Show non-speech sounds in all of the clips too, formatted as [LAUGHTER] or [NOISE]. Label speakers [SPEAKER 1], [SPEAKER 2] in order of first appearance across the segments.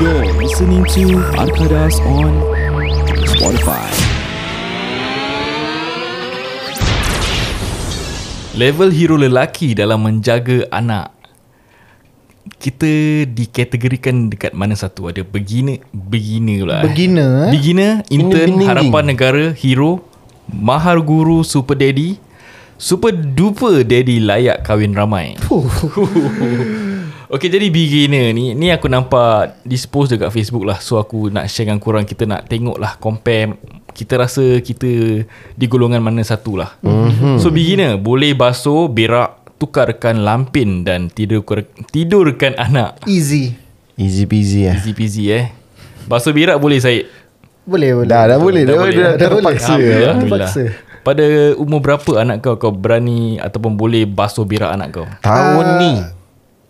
[SPEAKER 1] You're listening to Arkadas on Spotify.
[SPEAKER 2] Level hero lelaki dalam menjaga anak. Kita dikategorikan dekat mana satu? Ada beginner, beginner pula. eh.
[SPEAKER 3] Beginner, eh?
[SPEAKER 2] Beginner, intern,
[SPEAKER 3] beginning.
[SPEAKER 2] harapan negara, hero, mahar guru, super daddy, super duper daddy layak kahwin ramai. [LAUGHS] Okay jadi beginner ni Ni aku nampak Dispose dekat Facebook lah So aku nak share dengan korang Kita nak tengok lah Compare Kita rasa kita Di golongan mana satu lah mm-hmm. So beginner Boleh basuh Berak Tukarkan lampin Dan tidur tidurkan [LAUGHS] anak
[SPEAKER 3] Easy.
[SPEAKER 4] Easy peasy lah
[SPEAKER 2] Easy peasy eh Basuh berak boleh Syed
[SPEAKER 3] Boleh, boleh.
[SPEAKER 4] Dah dah boleh Dah, dah,
[SPEAKER 2] boleh,
[SPEAKER 4] dah,
[SPEAKER 2] eh?
[SPEAKER 4] dah terpaksa
[SPEAKER 3] ya,
[SPEAKER 2] Alhamdulillah.
[SPEAKER 3] Alhamdulillah.
[SPEAKER 2] Alhamdulillah. Pada umur berapa anak kau Kau berani Ataupun boleh basuh berak anak kau
[SPEAKER 4] Tahun
[SPEAKER 3] Ah,
[SPEAKER 4] ni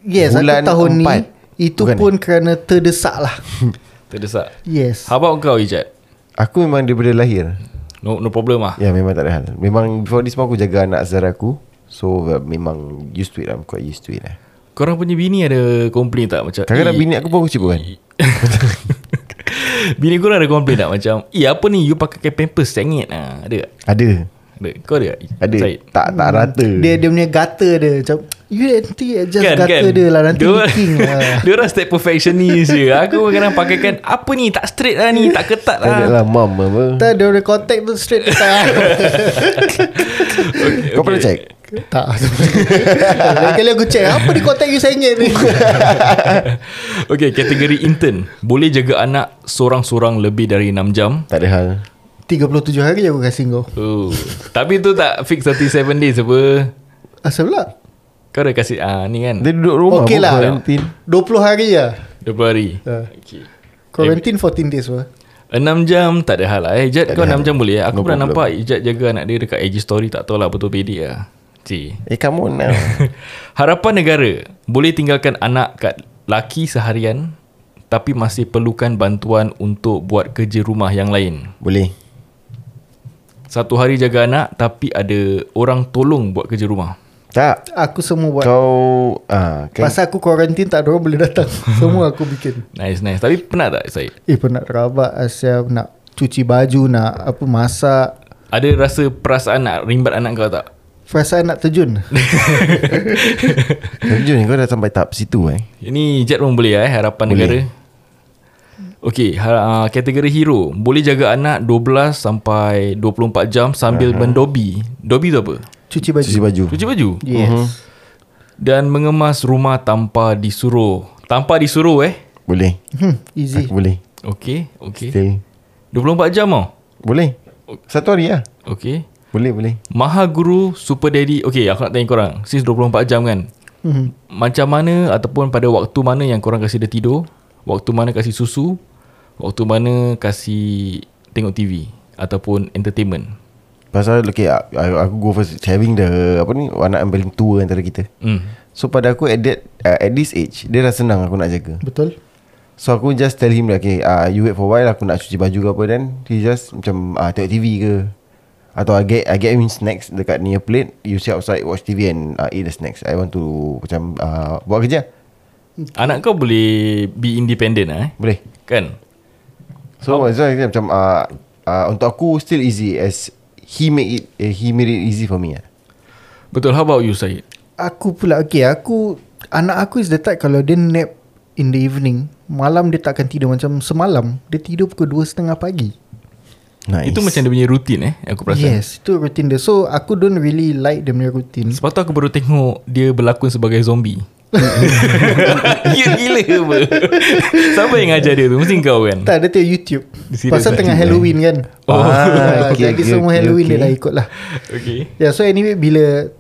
[SPEAKER 3] Yes,
[SPEAKER 4] Bulan
[SPEAKER 3] aku tahun
[SPEAKER 4] empat.
[SPEAKER 3] ni. Itu
[SPEAKER 4] Bukan
[SPEAKER 3] pun kerana terdesak
[SPEAKER 4] [LAUGHS]
[SPEAKER 3] lah.
[SPEAKER 2] Terdesak
[SPEAKER 3] Yes.
[SPEAKER 2] How about kau Ijat
[SPEAKER 4] Aku memang daripada lahir
[SPEAKER 2] No, no problem lah
[SPEAKER 4] Ya memang tak ada hal Memang before this pun aku jaga anak saudara aku So uh, memang used to it lah I'm quite used to it lah
[SPEAKER 2] Korang punya bini ada komplain tak macam
[SPEAKER 4] Kadang-kadang
[SPEAKER 2] "Eh,
[SPEAKER 4] bini aku pun aku cip kan
[SPEAKER 2] [LAUGHS] Bini korang ada komplain tak macam Eh apa ni you pakai pampers sengit ah Ada tak?
[SPEAKER 4] Ada
[SPEAKER 2] Ada Kau ada tak?
[SPEAKER 4] Ada
[SPEAKER 2] Syed?
[SPEAKER 4] Tak tak rata
[SPEAKER 3] Dia dia punya gata dia macam you nanti adjust kan, gata dia lah nanti
[SPEAKER 2] Dia-
[SPEAKER 3] leaking
[SPEAKER 2] [LAUGHS]
[SPEAKER 3] lah.
[SPEAKER 2] Dia orang step perfectionist je Aku kadang pakai kan Apa ni tak straight lah ni Tak ketat
[SPEAKER 4] Tak ada
[SPEAKER 2] lah
[SPEAKER 4] lah mum apa
[SPEAKER 3] Tak dia punya contact tu straight ke tak.
[SPEAKER 4] Kau pernah check?
[SPEAKER 3] tak. Lain kali aku check apa di contact you sengit ni. [LAUGHS]
[SPEAKER 2] Okay kategori intern Boleh jaga anak Sorang-sorang lebih dari 6 jam
[SPEAKER 4] Tak ada hal
[SPEAKER 3] 37 hari aku kasi kau.
[SPEAKER 2] oh. Tapi tu tak fix 37 days apa
[SPEAKER 3] Asal pula?
[SPEAKER 2] Kau dah kasih ah, ni kan
[SPEAKER 4] Dia duduk rumah
[SPEAKER 3] Okey
[SPEAKER 4] pun
[SPEAKER 3] lah.
[SPEAKER 4] quarantine.
[SPEAKER 3] 20 hari lah.
[SPEAKER 2] 20 hari
[SPEAKER 3] Ha.
[SPEAKER 2] Okay
[SPEAKER 3] Quarantine 14 days lah.
[SPEAKER 2] 6 jam tak ada hal lah eh. Ijat
[SPEAKER 4] Tak
[SPEAKER 2] kau
[SPEAKER 4] ada
[SPEAKER 2] 6
[SPEAKER 4] hal.
[SPEAKER 2] jam boleh eh? Aku
[SPEAKER 4] No
[SPEAKER 2] pernah
[SPEAKER 4] problem.
[SPEAKER 2] nampak Ijat jaga anak dia dekat IG story tak tahulah betul bedik lah. Cik. [LAUGHS]
[SPEAKER 4] Eh come on [LAUGHS] now
[SPEAKER 2] Harapan negara boleh tinggalkan anak kat laki seharian tapi masih perlukan bantuan untuk buat kerja rumah yang lain.
[SPEAKER 4] Boleh
[SPEAKER 2] Satu hari jaga anak tapi ada orang tolong buat kerja rumah.
[SPEAKER 4] Tak
[SPEAKER 3] Aku semua buat.
[SPEAKER 4] Kau ah, kan?
[SPEAKER 3] Pasal aku quarantine tak ada orang boleh datang. semua aku bikin.
[SPEAKER 2] Nice nice. Tapi pernah tak Syed?
[SPEAKER 3] Eh penat rabak Asyaf nak cuci baju nak apa masak
[SPEAKER 2] Ada rasa perasaan nak rimbat anak kau tak?
[SPEAKER 3] Perasaan nak terjun
[SPEAKER 4] Terjun ni kau dah sampai tahap situ eh
[SPEAKER 2] Ini Jet pun boleh eh Harapan boleh.
[SPEAKER 4] Boleh.
[SPEAKER 2] negara Okey, ha, uh, kategori hero Boleh jaga anak 12 sampai 24 jam Sambil uh-huh. mendobi Dobi tu apa?
[SPEAKER 3] Cuci baju
[SPEAKER 4] Cuci baju
[SPEAKER 2] Cuci baju
[SPEAKER 3] Yes uh-huh.
[SPEAKER 2] Dan mengemas rumah tanpa disuruh Tanpa disuruh eh
[SPEAKER 4] Boleh
[SPEAKER 3] hmm, Easy
[SPEAKER 4] Aku boleh
[SPEAKER 2] Okey, okey
[SPEAKER 4] Still
[SPEAKER 2] 24 jam tau
[SPEAKER 4] Boleh Satu hari lah
[SPEAKER 2] Okey
[SPEAKER 4] Boleh boleh
[SPEAKER 2] Maha Guru Super Daddy Okey, aku nak tanya korang Since 24 jam kan
[SPEAKER 3] hmm.
[SPEAKER 2] Macam mana Ataupun pada waktu mana Yang korang kasi dia tidur Waktu mana kasi susu Waktu mana kasi Tengok TV Ataupun entertainment
[SPEAKER 4] Pasal okay, I- I- aku go first having the apa ni anak yang paling tua antara kita.
[SPEAKER 2] hmm.
[SPEAKER 4] So pada aku at that uh, at this age dia dah senang aku nak jaga.
[SPEAKER 3] Betul
[SPEAKER 4] So aku just tell him like okay, uh, you wait for a while aku nak cuci baju ke apa then he just macam uh, tengok TV ke atau I get I get him snacks dekat near plate you sit outside watch TV and uh, eat the snacks. I want to macam uh, buat kerja.
[SPEAKER 3] Hmm.
[SPEAKER 2] Anak kau boleh Be independent lah eh
[SPEAKER 4] Boleh.
[SPEAKER 2] Kan
[SPEAKER 4] So oh. so dia macam uh, uh, untuk aku still easy as he made it uh, he made it easy for me. Uh.
[SPEAKER 2] Betul how about you Syed
[SPEAKER 3] Aku pula Okay aku Anak aku is the type Kalau dia nap In the evening Malam dia takkan tidur Macam semalam Dia tidur pukul 2.30 pagi
[SPEAKER 4] Nice.
[SPEAKER 2] Itu macam dia punya rutin eh Aku perasan
[SPEAKER 3] Yes Itu rutin dia So aku don't really like Dia punya rutin
[SPEAKER 2] Sebab tu aku baru tengok Dia berlakon sebagai zombie
[SPEAKER 3] [LAUGHS]
[SPEAKER 2] Ya gila apa Siapa yang ajar dia tu Mesti kau kan
[SPEAKER 3] Tak dia tengok YouTube
[SPEAKER 2] Serious
[SPEAKER 3] Pasal
[SPEAKER 2] eh?
[SPEAKER 3] tengah Halloween kan
[SPEAKER 4] lah [LAUGHS] Oh.
[SPEAKER 3] Ah,
[SPEAKER 4] Okay,
[SPEAKER 3] Jadi
[SPEAKER 4] okay,
[SPEAKER 3] semua
[SPEAKER 4] okay,
[SPEAKER 3] Halloween
[SPEAKER 4] okay.
[SPEAKER 3] dia dah ikut lah
[SPEAKER 2] Okay
[SPEAKER 3] Yeah, so anyway bila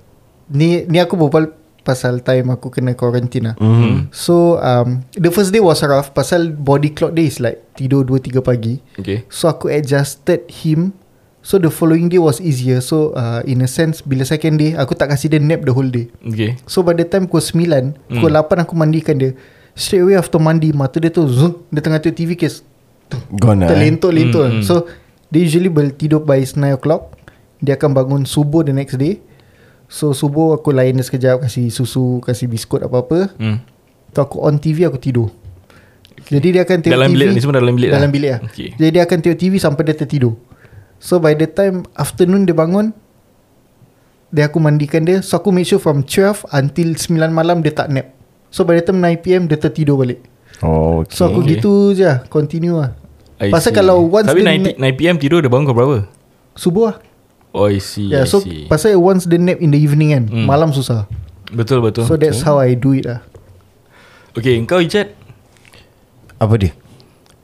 [SPEAKER 3] ni ni aku berbual pasal time aku kena quarantine lah. Mm.
[SPEAKER 4] Mhm.
[SPEAKER 3] So um, the first day was rough pasal body clock day is like tidur 2 3 pagi.
[SPEAKER 2] Okay
[SPEAKER 3] So aku adjusted him. So the following day was easier. So uh, in a sense bila second day aku tak kasi dia nap the whole day.
[SPEAKER 2] Okay
[SPEAKER 3] So by the time pukul 9 Pukul
[SPEAKER 4] Hmm.
[SPEAKER 3] 8 aku mandikan dia Straight away after mandi Mata dia tu zung, Dia tengah tengok TV kes
[SPEAKER 4] Gone lah, eh.
[SPEAKER 3] Terlentur-lentur
[SPEAKER 2] Hmm,
[SPEAKER 3] mm, So Dia usually boleh tidur by 9 o'clock Dia akan bangun subuh the next day So subuh aku layan dia sekejap Kasih susu Kasih biskut apa-apa
[SPEAKER 2] hmm.
[SPEAKER 3] Tu aku on TV aku tidur Jadi dia akan tengok
[SPEAKER 2] Dalam
[SPEAKER 3] TV
[SPEAKER 2] bilik ni semua dalam bilik lah.
[SPEAKER 3] Dalam bilik lah
[SPEAKER 2] Okey.
[SPEAKER 3] Jadi dia akan tengok TV Sampai dia tertidur So by the time Afternoon dia bangun Dia aku mandikan dia So aku make sure from 12 Until 9 malam Dia tak nap So by the time 9pm Dia tertidur balik
[SPEAKER 4] Oh, okay.
[SPEAKER 3] So aku
[SPEAKER 2] Okay.
[SPEAKER 3] gitu je lah, Continue lah
[SPEAKER 2] I
[SPEAKER 3] Pasal
[SPEAKER 2] see.
[SPEAKER 3] kalau once
[SPEAKER 2] Tapi
[SPEAKER 3] dia
[SPEAKER 2] 9, 9 PM tidur Dia bangun pukul berapa
[SPEAKER 3] Subuh lah
[SPEAKER 2] Oh I see
[SPEAKER 3] yeah,
[SPEAKER 2] yeah, I
[SPEAKER 3] So
[SPEAKER 2] see.
[SPEAKER 3] pasal once the nap In the evening kan Malam susah
[SPEAKER 2] Betul betul
[SPEAKER 3] So that's how I do it lah
[SPEAKER 2] Okay kau Ijat
[SPEAKER 4] Apa dia?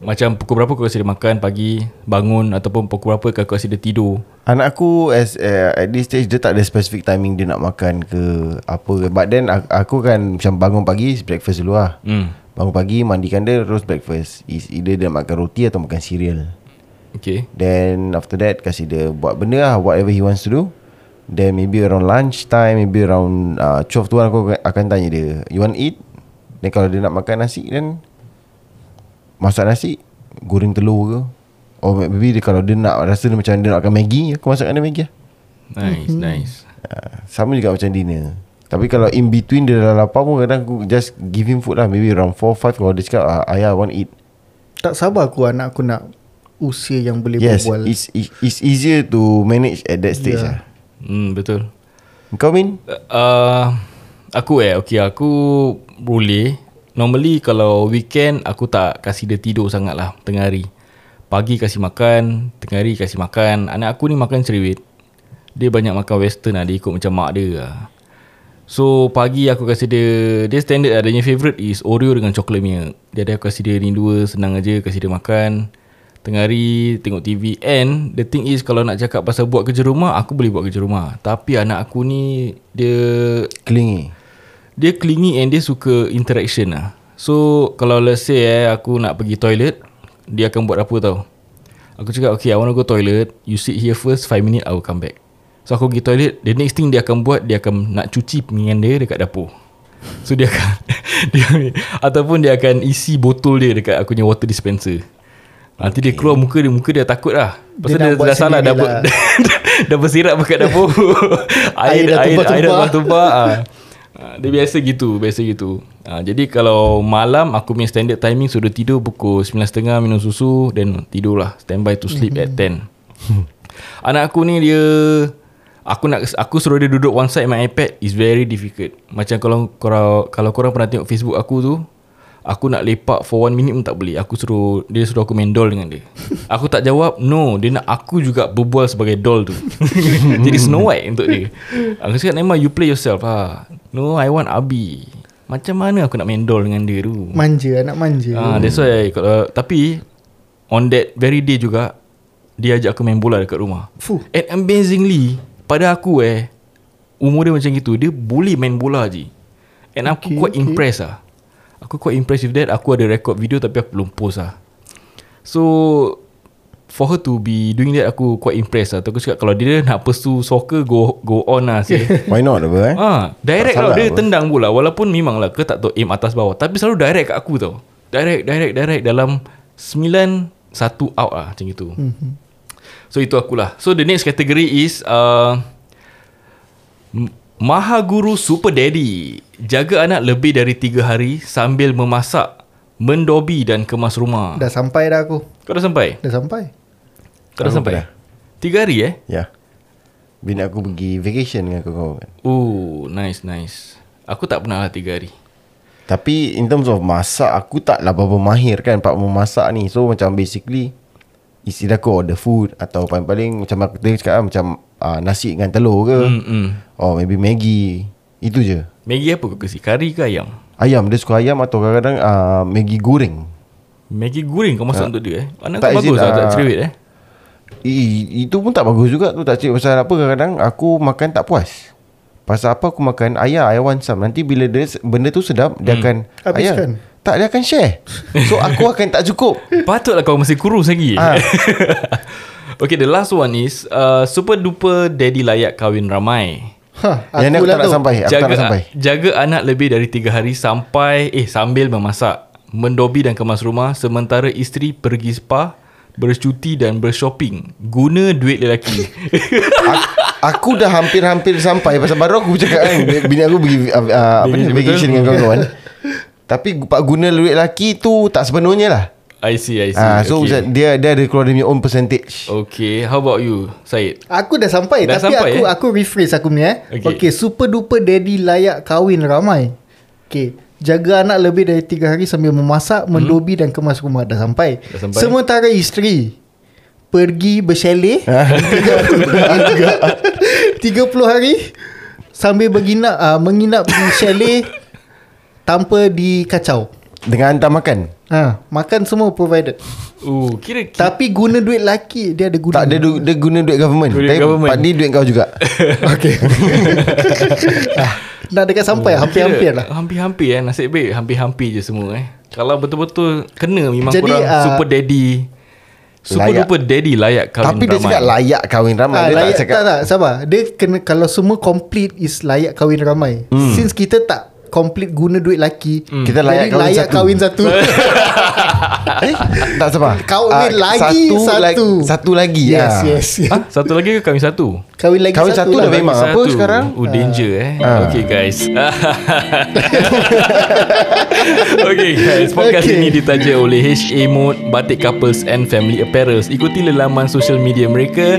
[SPEAKER 2] Macam pukul berapa kau rasa dia makan pagi Bangun Ataupun pukul berapa kau rasa dia tidur
[SPEAKER 4] Anak aku as, uh, at this stage dia tak ada specific timing dia nak makan ke apa ke. But then aku, aku kan macam bangun pagi breakfast dulu lah.
[SPEAKER 2] Hmm
[SPEAKER 4] Bangun pagi mandikan dia terus breakfast. Is either dia nak makan roti atau makan cereal.
[SPEAKER 2] Okay
[SPEAKER 4] Then after that kasih dia buat benda lah whatever he wants to do. Then maybe around lunch time maybe around uh, 12 tu aku akan- akan tanya dia you want eat? Then kalau dia nak makan nasi then masak nasi goreng telur ke Or maybe dia, kalau dia nak rasa dia macam dia nak makan Maggi aku masakkan dia Maggi lah.
[SPEAKER 2] Nice
[SPEAKER 3] Mhm.
[SPEAKER 2] nice
[SPEAKER 4] Uh, sama juga macam dinner. Tapi kalau in between dia dah lapar pun kadang aku just give him food lah. Maybe around 4 5 kalau dia cakap ah, ayah I want eat.
[SPEAKER 3] Tak sabar aku anak aku nak Usia yang boleh
[SPEAKER 4] yes,
[SPEAKER 3] berbual
[SPEAKER 4] it's it's easier to manage at that stage
[SPEAKER 3] Yeah.
[SPEAKER 4] yeah.
[SPEAKER 2] Hmm betul
[SPEAKER 4] lah. Kau Min?
[SPEAKER 2] uh, Aku eh Okay aku Boleh Normally kalau weekend Aku tak kasih dia tidur sangat lah Tengah hari Pagi kasih makan Tengah hari kasih makan Anak aku ni makan cerewet Dia banyak makan western lah Dia ikut macam mak dia lah So pagi aku kasi dia Dia standard lah Dia punya favourite is Oreo dengan chocolate milk Jadi aku kasi dia ni dua Senang aja Kasi dia makan Tengah hari Tengok TV And the thing is Kalau nak cakap pasal buat kerja rumah Aku boleh buat kerja rumah Tapi anak aku ni Dia
[SPEAKER 4] Kelingi.
[SPEAKER 2] dia clingy and dia suka interaction lah. So kalau let's say eh, aku nak pergi toilet, dia akan buat apa tau. Aku cakap okay I want to go toilet, you sit here first 5 minute I will come back. So aku pergi toilet, the next thing dia akan buat, dia akan nak cuci pinggan dia dekat dapur. So dia akan [LAUGHS] dia, ataupun dia akan isi botol dia dekat aku punya water dispenser. Nanti okay. dia keluar muka dia muka dia takut lah. Pasal
[SPEAKER 3] nak
[SPEAKER 2] dia, dia
[SPEAKER 3] buat
[SPEAKER 2] dah salah dah,
[SPEAKER 3] sendiri lah.
[SPEAKER 2] ber, [LAUGHS] dah bersirap dekat dapur.
[SPEAKER 3] Air
[SPEAKER 2] [LAUGHS] air
[SPEAKER 3] dah
[SPEAKER 2] air air dah
[SPEAKER 3] tumpah-tumpah.
[SPEAKER 2] tumpah tumpah ah. Ah, Dia biasa gitu Biasa gitu ah, Jadi kalau malam Aku punya standard timing Sudah tidur pukul 9.30 Minum susu Then tidur lah Standby to sleep mm-hmm. at 10 Anak aku ni dia Aku nak aku suruh dia duduk one side my iPad is very difficult. Macam kalau kalau kalau korang pernah tengok Facebook aku tu, aku nak lepak for one minute pun tak boleh. Aku suruh dia suruh aku main doll dengan dia. Aku tak jawab, no, dia nak aku juga berbual sebagai doll tu. Jadi Snow White untuk dia. Aku cakap Naima you play yourself ha. No, I want Abi. Macam mana aku nak main doll dengan dia tu?
[SPEAKER 3] Manja anak manja
[SPEAKER 2] Ah, that's why kalau tapi on that very day juga dia ajak aku main bola dekat rumah.
[SPEAKER 3] Fuh.
[SPEAKER 2] And amazingly pada aku eh umur dia macam gitu dia boleh main bola je. And aku okay,
[SPEAKER 3] Okay,
[SPEAKER 2] quite
[SPEAKER 3] okay.
[SPEAKER 2] okay. impressed ah. Aku quite impressed with that. Aku ada record video tapi aku belum post ah. So for her to be doing that aku quite impressed lah. Tu aku cakap kalau dia nak pursue soccer go go on
[SPEAKER 3] [LAUGHS]
[SPEAKER 2] lah sih.
[SPEAKER 4] Why not apa eh?
[SPEAKER 2] Ah, direct
[SPEAKER 4] Tak
[SPEAKER 2] tau
[SPEAKER 4] salah
[SPEAKER 2] dia
[SPEAKER 4] apa.
[SPEAKER 2] tendang bola walaupun memang lah ke tak tahu aim atas bawah tapi selalu direct kat aku tau. Direct direct direct dalam 9 1 out lah macam itu.
[SPEAKER 4] Mhm.
[SPEAKER 2] Mm-hmm. So itu akulah. So the next category is uh, M- Maha Guru Super Daddy jaga anak lebih dari 3 hari sambil memasak, mendobi dan kemas rumah.
[SPEAKER 3] Dah sampai dah aku
[SPEAKER 2] Kau dah sampai?
[SPEAKER 3] Dah sampai
[SPEAKER 2] Kau dah
[SPEAKER 4] Aku
[SPEAKER 2] sampai?
[SPEAKER 4] dah.
[SPEAKER 2] 3 hari eh?
[SPEAKER 4] Ya. Yeah. Bini aku pergi vacation dengan kau kan.
[SPEAKER 2] Oh, nice nice. Aku tak pernah lah 3 hari.
[SPEAKER 4] Tapi in terms of masak aku taklah berapa mahir kan pak memasak ni. So macam basically isteri aku order food atau paling-paling macam aku tadi cakap lah, macam uh, nasi dengan telur ke.
[SPEAKER 2] Hmm. hmm.
[SPEAKER 4] Or maybe Maggi. Itu je.
[SPEAKER 2] Maggi apa kau kasi? Kari ke ayam?
[SPEAKER 4] Ayam dia suka ayam atau kadang-kadang uh, Maggi goreng.
[SPEAKER 2] Maggi goreng kau masak untuk dia eh? Anak
[SPEAKER 4] Tak
[SPEAKER 2] kau
[SPEAKER 4] izin,
[SPEAKER 2] bagus lah,
[SPEAKER 4] ah.
[SPEAKER 2] tak cerewet
[SPEAKER 4] [LAUGHS]
[SPEAKER 2] eh?
[SPEAKER 4] I, itu pun tak bagus juga tu tak cik pasal apa kadang-kadang aku makan tak puas. Pasal apa aku makan ayah I want some. Nanti bila dia se- benda tu sedap dia
[SPEAKER 2] Hmm.
[SPEAKER 4] akan ayah.
[SPEAKER 3] Habiskan.
[SPEAKER 4] Tak dia akan share. So aku akan tak cukup.
[SPEAKER 2] Patutlah kau masih kurus lagi
[SPEAKER 4] Ah.
[SPEAKER 2] [LAUGHS] Okay, the last one is uh, Super duper daddy layak kahwin ramai
[SPEAKER 3] Hah,
[SPEAKER 4] Yang ni aku
[SPEAKER 3] lah
[SPEAKER 4] tak nak
[SPEAKER 3] tu.
[SPEAKER 4] sampai. Aku tak nak sampai.
[SPEAKER 2] Jaga anak lebih dari 3 hari sampai Eh, sambil memasak Mendobi dan kemas rumah Sementara isteri pergi spa Bercuti dan bershopping Guna duit
[SPEAKER 4] [LAUGHS]
[SPEAKER 2] lelaki
[SPEAKER 4] Aku, aku dah hampir-hampir sampai pasal baru aku cakap kan bini aku pergi uh, apa ni
[SPEAKER 2] Vacation, betul. [LAUGHS]
[SPEAKER 4] vacation dengan kawan-kawan. Tapi pak guna duit lelaki tu tak sepenuhnya lah.
[SPEAKER 2] I see, I see.
[SPEAKER 4] Ah, so
[SPEAKER 2] okay. Oh.
[SPEAKER 4] okay. dia dia ada keluar dia punya own percentage.
[SPEAKER 2] okay, how about you, Syed?
[SPEAKER 3] Aku dah sampai
[SPEAKER 2] Dah
[SPEAKER 3] dah Tapi
[SPEAKER 2] sampai,
[SPEAKER 3] sampai, aku
[SPEAKER 2] eh?
[SPEAKER 3] aku rephrase aku punya eh
[SPEAKER 2] Okay.
[SPEAKER 3] okay. okay super duper daddy layak kahwin ramai Okay Jaga anak lebih dari 3 hari sambil memasak, mendobi dan kemas rumah dah sampai.
[SPEAKER 2] Hmm. Dah sampai.
[SPEAKER 3] Sementara isteri pergi
[SPEAKER 2] [LAUGHS]
[SPEAKER 3] berseleh
[SPEAKER 2] Ah,
[SPEAKER 3] [LAUGHS] 30 hari sambil berginap uh, menginap di chalet tanpa dikacau.
[SPEAKER 4] Dengan hantar makan.
[SPEAKER 3] Ha, makan semua provided.
[SPEAKER 2] Oh, kira kira.
[SPEAKER 3] Tapi guna duit laki dia ada guna.
[SPEAKER 4] Tak ada du, dia guna duit government.
[SPEAKER 2] Duit
[SPEAKER 4] Duit Tapi
[SPEAKER 2] government.
[SPEAKER 4] government. Pak Ni duit kau
[SPEAKER 2] [LAUGHS]
[SPEAKER 4] juga.
[SPEAKER 3] Okay Ah, Nak dekat sampai
[SPEAKER 2] Oh,
[SPEAKER 3] Hampir-hampir lah
[SPEAKER 2] Hampir-hampir eh, nasib baik hampir-hampir je semua eh. Kalau betul-betul kena memang Jadi,
[SPEAKER 3] Jadi,
[SPEAKER 2] korang uh,
[SPEAKER 3] ah,
[SPEAKER 2] super daddy. Super
[SPEAKER 4] layak.
[SPEAKER 2] duper daddy layak kahwin
[SPEAKER 4] Tapi
[SPEAKER 2] ramai.
[SPEAKER 4] dia cakap layak kahwin ramai.
[SPEAKER 3] Ah,
[SPEAKER 4] dia
[SPEAKER 3] layak,
[SPEAKER 4] tak cakap
[SPEAKER 3] tak, tak, sabar Dia kena Kalau semua complete Is layak kahwin ramai hmm. Since kita tak Complete guna duit laki hmm.
[SPEAKER 4] Kita layak kahwin
[SPEAKER 3] layak
[SPEAKER 4] satu.
[SPEAKER 3] kahwin
[SPEAKER 4] [LAUGHS]
[SPEAKER 3] satu
[SPEAKER 4] Eh, tak sabar.
[SPEAKER 3] Kahwin
[SPEAKER 4] Ah,
[SPEAKER 3] lagi satu.
[SPEAKER 4] lagi- satu lagi.
[SPEAKER 3] Yes
[SPEAKER 4] ah.
[SPEAKER 3] [LAUGHS] yes, yes.
[SPEAKER 2] Ah, satu lagi ke kahwin satu?
[SPEAKER 3] Kahwin lagi
[SPEAKER 4] Kahwin
[SPEAKER 3] satu,
[SPEAKER 4] satu
[SPEAKER 3] lah
[SPEAKER 4] dah memang.
[SPEAKER 2] Satu.
[SPEAKER 4] apa sekarang?
[SPEAKER 2] Oh danger eh
[SPEAKER 4] Ah.
[SPEAKER 2] Okay guys [LAUGHS] Okay guys Podcast
[SPEAKER 3] Okay.
[SPEAKER 2] okay. ini ditaja oleh HA Mode Batik Couples and Family Apparels Ikuti lelaman social media mereka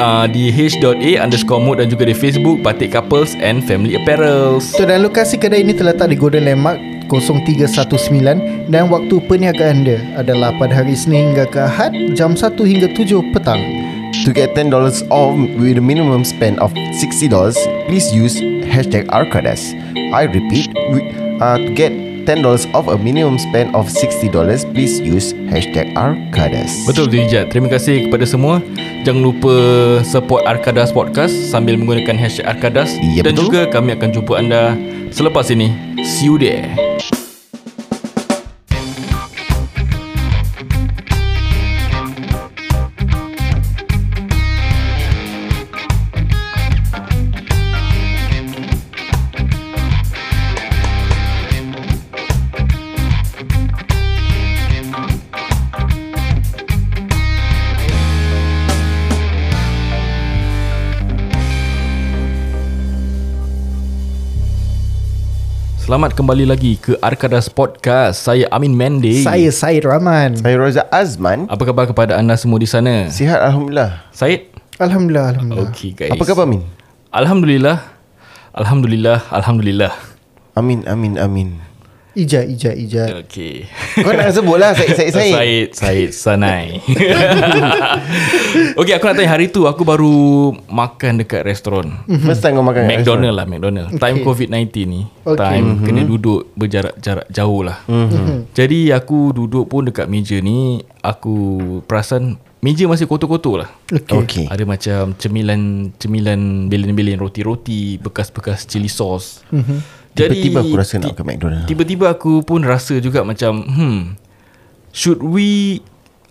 [SPEAKER 2] uh, Di h.a underscore mode Dan juga di Facebook Batik Couples and Family Apparels
[SPEAKER 3] So dan lokasi kedai ini terletak di Golden Landmark 0319 Dan waktu perniagaan dia Adalah pada hari Senin hingga ke Ahad Jam 1 hingga 7 petang
[SPEAKER 4] To get $10 off with a minimum spend of $60, please use hashtag Arkadas. I repeat, we, uh, to get $10 off a minimum spend of $60, please use hashtag Arkadas.
[SPEAKER 2] Betul tu Ijat Terima kasih kepada semua Jangan lupa support Arkadas Podcast Sambil menggunakan hashtag Arkadas
[SPEAKER 4] Ya,
[SPEAKER 2] Dan
[SPEAKER 4] betul.
[SPEAKER 2] juga kami akan jumpa anda Selepas ini See you there Selamat kembali lagi ke Arkadas Podcast. Saya Amin Mendy.
[SPEAKER 3] Saya Syed Rahman
[SPEAKER 4] Saya Roza Azman.
[SPEAKER 2] Apa khabar kepada anda semua di sana?
[SPEAKER 4] Sihat Alhamdulillah.
[SPEAKER 2] Syed?
[SPEAKER 3] Alhamdulillah Alhamdulillah
[SPEAKER 2] Okey guys.
[SPEAKER 4] Ya. Apa khabar Min?
[SPEAKER 2] Alhamdulillah. Alhamdulillah, alhamdulillah.
[SPEAKER 4] Amin, amin,
[SPEAKER 2] [LAUGHS]
[SPEAKER 4] amin.
[SPEAKER 3] Ijat, ijat, ijat
[SPEAKER 2] Okey.
[SPEAKER 4] Kau nak sebut lah Said Said Said.
[SPEAKER 2] Syed, Syed
[SPEAKER 4] [LAUGHS]
[SPEAKER 2] Sanai. Okey, aku nak tanya hari tu aku baru makan dekat restoran.
[SPEAKER 4] Mm-hmm. First time kau makan kat
[SPEAKER 2] McDonald lah McDonald Time COVID-19 ni
[SPEAKER 3] Okay.
[SPEAKER 2] Time
[SPEAKER 4] Mhm.
[SPEAKER 2] kena duduk Berjarak-jarak jauh lah Jadi aku duduk pun Dekat meja ni Aku perasan Meja masih kotor-kotor lah
[SPEAKER 4] restoran. Okay.
[SPEAKER 2] Ada macam cemilan Cemilan Bilion-bilion roti-roti Bekas-bekas cili sauce
[SPEAKER 4] Tiba-tiba aku rasa nak makan McDonald.
[SPEAKER 2] Tiba-tiba aku pun rasa juga macam Hmm Should we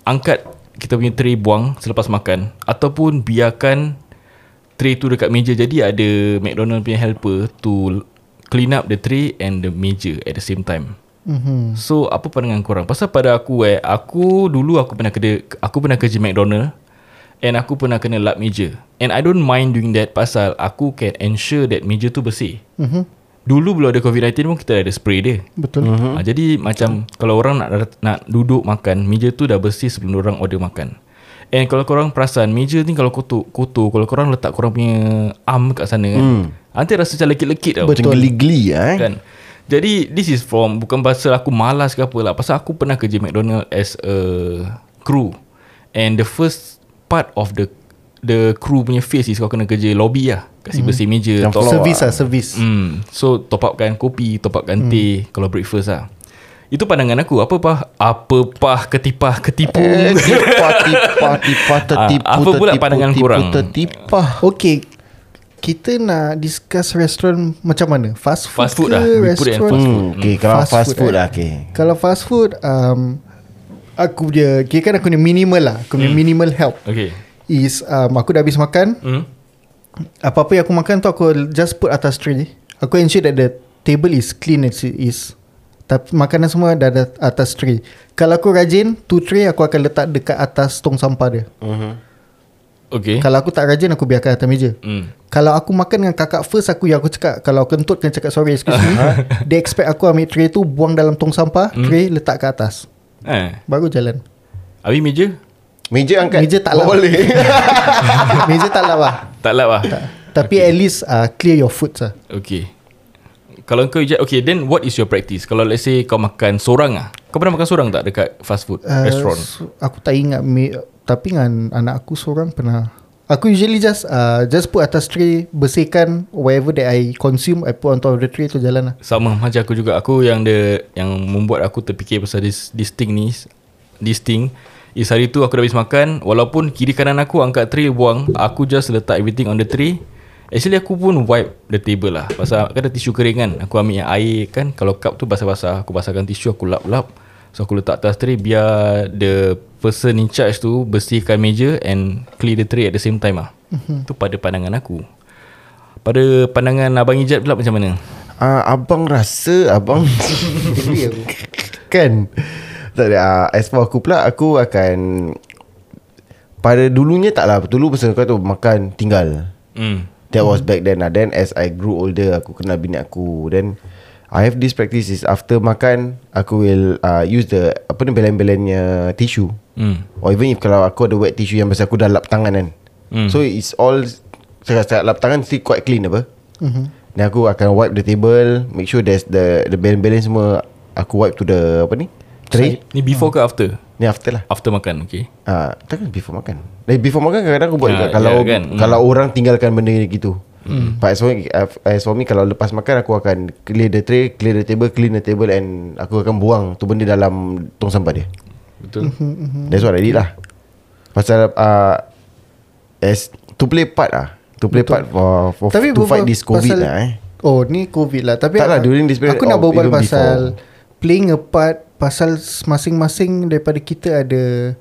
[SPEAKER 2] Angkat kita punya tray buang Selepas makan Ataupun biarkan Tray tu dekat meja Jadi ada McDonald punya helper To clean up the tray and the meja At the same time
[SPEAKER 3] mm-hmm.
[SPEAKER 2] So apa pandangan korang Pasal pada aku eh Aku dulu aku pernah kerja Aku pernah kerja McDonald And aku pernah kena lap meja And I don't mind doing that Pasal aku can ensure That meja tu bersih
[SPEAKER 3] Mm-hmm.
[SPEAKER 2] Dulu belum ada COVID-19 pun Kita ada spray dia
[SPEAKER 3] Betul
[SPEAKER 4] Hmm.
[SPEAKER 2] Uh-huh. Jadi macam kalau orang nak nak duduk makan, meja tu dah bersih sebelum orang order makan. And kalau korang perasan meja ni kalau kotor, kotor kalau korang letak korang punya arm kat sana kan. Nanti rasa macam lekit-lekit tau.
[SPEAKER 4] Macam geli-geli lah eh.
[SPEAKER 2] Kan? Jadi this is from bukan pasal aku malas ke apa lah. Pasal aku pernah kerja McDonald as a crew. And the first part of the the crew punya face is kau kena kerja lobby lah. Kasi bersih meja.
[SPEAKER 4] Yang
[SPEAKER 2] top-
[SPEAKER 4] floor
[SPEAKER 3] Servis lah, servis
[SPEAKER 2] Hmm. So top upkan kopi, top upkan hmm. teh kalau breakfast lah. Itu pandangan aku. Apa pah apa pah ketipah ketipu. [LAUGHS]
[SPEAKER 4] Eh, tipah, tipah, tipah, tertipu,
[SPEAKER 2] Ah, apa pula
[SPEAKER 4] tertipu,
[SPEAKER 2] pandangan
[SPEAKER 4] tipu,
[SPEAKER 2] korang?
[SPEAKER 4] Tertipah.
[SPEAKER 3] Okay Kita nak discuss restoran macam mana? Fast food
[SPEAKER 2] Fast food
[SPEAKER 3] ke
[SPEAKER 2] lah. We put it as
[SPEAKER 3] restoran?
[SPEAKER 2] fast
[SPEAKER 4] Hmm, okay, kalau fast, food, lah, okay.
[SPEAKER 3] Kalau fast food um, Aku dia Kira kan aku ni minimal lah Aku
[SPEAKER 2] Hmm.
[SPEAKER 3] punya minimal help
[SPEAKER 2] Okay.
[SPEAKER 3] Is um, Aku dah habis makan
[SPEAKER 2] Hmm.
[SPEAKER 3] Apa-apa yang aku makan tu Aku just put atas tray Aku ensure that the Table is clean as it is Tapi makanan semua dah ada atas
[SPEAKER 2] Eh?
[SPEAKER 3] tray Kalau aku rajin Two tray aku akan letak dekat atas tong sampah dia
[SPEAKER 2] Okay.
[SPEAKER 3] Kalau aku tak rajin Aku biarkan atas meja
[SPEAKER 2] Hmm.
[SPEAKER 3] Kalau aku makan dengan kakak first Aku yang aku cakap Kalau kentut kena cakap sorry excuse me Dia expect aku ambil tray tu Buang dalam tong sampah Tray letak ke atas
[SPEAKER 2] Eh.
[SPEAKER 3] Baru jalan [LAUGHS]
[SPEAKER 2] Habis meja?
[SPEAKER 4] Meja angkat Oh,
[SPEAKER 3] Meja tak lap
[SPEAKER 4] Bawa balik
[SPEAKER 3] Meja tak lap lah
[SPEAKER 2] Tak lap lah.
[SPEAKER 3] Tapi at least uh, Clear your food lah
[SPEAKER 2] Okay. Kalau kau ejak, okay, then what is your practice? Kalau let's say kau makan seorang ah, kau pernah makan seorang tak dekat fast food uh,
[SPEAKER 3] Uh,
[SPEAKER 2] restaurant?
[SPEAKER 3] so- Aku tak ingat me, Tapi dengan anak aku seorang pernah Aku usually just uh, Just put atas tray Bersihkan Whatever that I consume I put on top of the tray tu jalan lah
[SPEAKER 2] Sama macam aku juga. Aku yang the yang membuat aku terfikir pasal this, this thing ni, this thing is hari tu aku dah habis makan, walaupun kiri kanan aku angkat tray buang, aku just letak everything on the tray. Actually aku pun wipe the table lah Pasal kan ada tisu kering kan Aku ambil yang air kan Kalau cup tu basah-basah Aku basahkan tisu Aku lap-lap So aku letak atas tray Biar the person in charge tu Bersihkan meja And clear the tray at the same time lah Tu pada pandangan aku Pada pandangan Abang Ijat pula macam mana?
[SPEAKER 4] Ah, abang rasa abang kan tak ada ah, as for aku pula aku akan pada dulunya tak lah dulu pasal kau tu makan tinggal
[SPEAKER 2] Hmm
[SPEAKER 4] that was back then lah then as I grew older aku kenal bini aku then I have this practice is after makan aku will uh, use the apa ni belen-belennya tissue
[SPEAKER 2] Hmm.
[SPEAKER 4] or even if kalau aku ada wet tissue yang pasal aku dah lap tangan kan
[SPEAKER 2] Hmm.
[SPEAKER 4] so it's all sekat-sekat lap tangan still quite clean apa mm-hmm. then aku akan wipe the table make sure there's the the balance-balance semua aku wipe to the apa ni tray
[SPEAKER 2] Ni before ke after?
[SPEAKER 4] ni after lah
[SPEAKER 2] After makan okay
[SPEAKER 4] Ah, uh, takkan before makan. Like before makan kadang-kadang aku buat
[SPEAKER 2] Ya,
[SPEAKER 4] juga kalau
[SPEAKER 2] ya kan?
[SPEAKER 4] kan?
[SPEAKER 2] Hmm.
[SPEAKER 4] kalau orang tinggalkan benda gitu. Hmm. But as for, me, as for me kalau lepas makan aku akan clear the tray, clear the table, clean the table and aku akan buang tu benda dalam tong sampah dia.
[SPEAKER 2] Betul
[SPEAKER 4] That's what I did lah. Pasal uh, as to play part ah, to play part for, for Tapi Oh, to fight this COVID lah eh.
[SPEAKER 3] Oh ni covid lah Tapi
[SPEAKER 4] Tak lah, during this period
[SPEAKER 3] Aku nak
[SPEAKER 4] or
[SPEAKER 3] berbual
[SPEAKER 4] even
[SPEAKER 3] pasal Playing a part Pasal masing-masing Daripada kita ada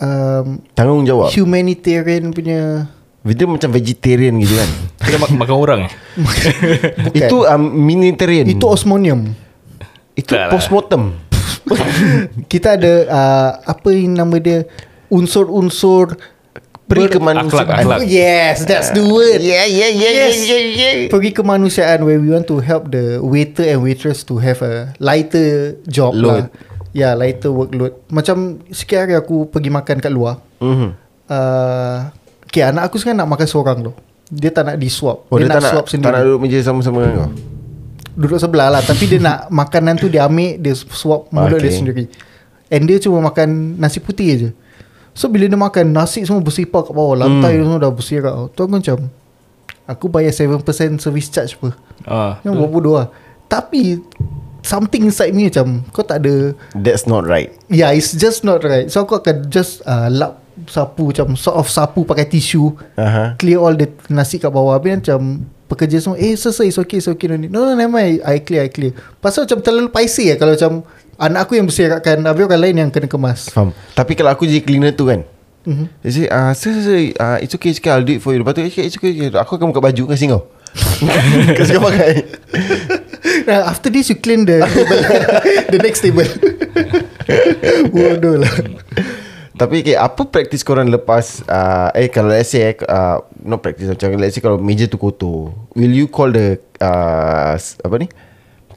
[SPEAKER 3] um,
[SPEAKER 4] Tanggungjawab.
[SPEAKER 3] Humanitarian punya
[SPEAKER 4] Dia macam vegetarian gitu kan.
[SPEAKER 2] Kita mak- makan orang
[SPEAKER 3] [LAUGHS]
[SPEAKER 2] eh
[SPEAKER 4] Itu um, militarian.
[SPEAKER 3] Itu osmonium [LAUGHS]
[SPEAKER 4] itu
[SPEAKER 2] Tak lah.
[SPEAKER 4] postmortem.
[SPEAKER 3] Kita ada uh, Apa yang nama dia Unsur-unsur
[SPEAKER 4] Perikemanusiaan.
[SPEAKER 2] Akhlak, akhlak.
[SPEAKER 3] Oh, Yes That's the word
[SPEAKER 4] Yeah, yeah, yeah,
[SPEAKER 3] Yes.
[SPEAKER 4] yeah, yeah, yeah.
[SPEAKER 3] Pergi kemanusiaan Where we want to help The waiter and waitress To have a Lighter job lah
[SPEAKER 4] Load.
[SPEAKER 3] Ya yeah, lighter workload Macam Sekian hari aku Pergi makan kat luar
[SPEAKER 4] Mm-hmm.
[SPEAKER 3] uh, Okay anak aku sekarang Nak makan seorang tu Dia tak nak di swap
[SPEAKER 4] Oh dia, tak nak
[SPEAKER 3] swap sendiri
[SPEAKER 4] Tak nak duduk meja sama-sama dengan kau
[SPEAKER 3] duduk sebelah lah tapi dia nak makanan tu dia ambil dia swap mulut okay. dia
[SPEAKER 4] Okay.
[SPEAKER 3] sendiri and dia cuma makan nasi putih je so bila dia makan nasi semua bersipar kat bawah lantai semua dah bersirak tu aku macam aku bayar 7% service charge apa
[SPEAKER 2] ah,
[SPEAKER 3] yang buat bodoh lah tapi something inside me macam kau tak ada
[SPEAKER 4] That's not right
[SPEAKER 3] yeah it's just not right so aku akan just uh, lap sapu macam sort of sapu pakai tisu
[SPEAKER 4] Aha.
[SPEAKER 3] clear all the nasi kat bawah habis macam pekerja semua eh sir sir it's okay it's okay no need no no never mind I clear I clear pasal macam terlalu paisi ya kalau macam anak aku yang bersirakkan habis orang lain yang kena kemas
[SPEAKER 4] Faham Tapi kalau aku jadi cleaner tu kan mm-hmm. Dia say uh, Sir sir sir uh, It's okay it's okay I'll do it for you Lepas tu it's okay, it's okay, it's okay. Aku akan buka baju kasih [LAUGHS] kau Kasih kau pakai
[SPEAKER 3] [LAUGHS] Nah, after this you clean the table [LAUGHS] the next table [LAUGHS] bodoh lah
[SPEAKER 4] Tapi okay, apa praktis korang lepas uh, Eh kalau let's say uh, Not practice macam Let's say kalau meja tu kotor Will you call the uh, s- Apa ni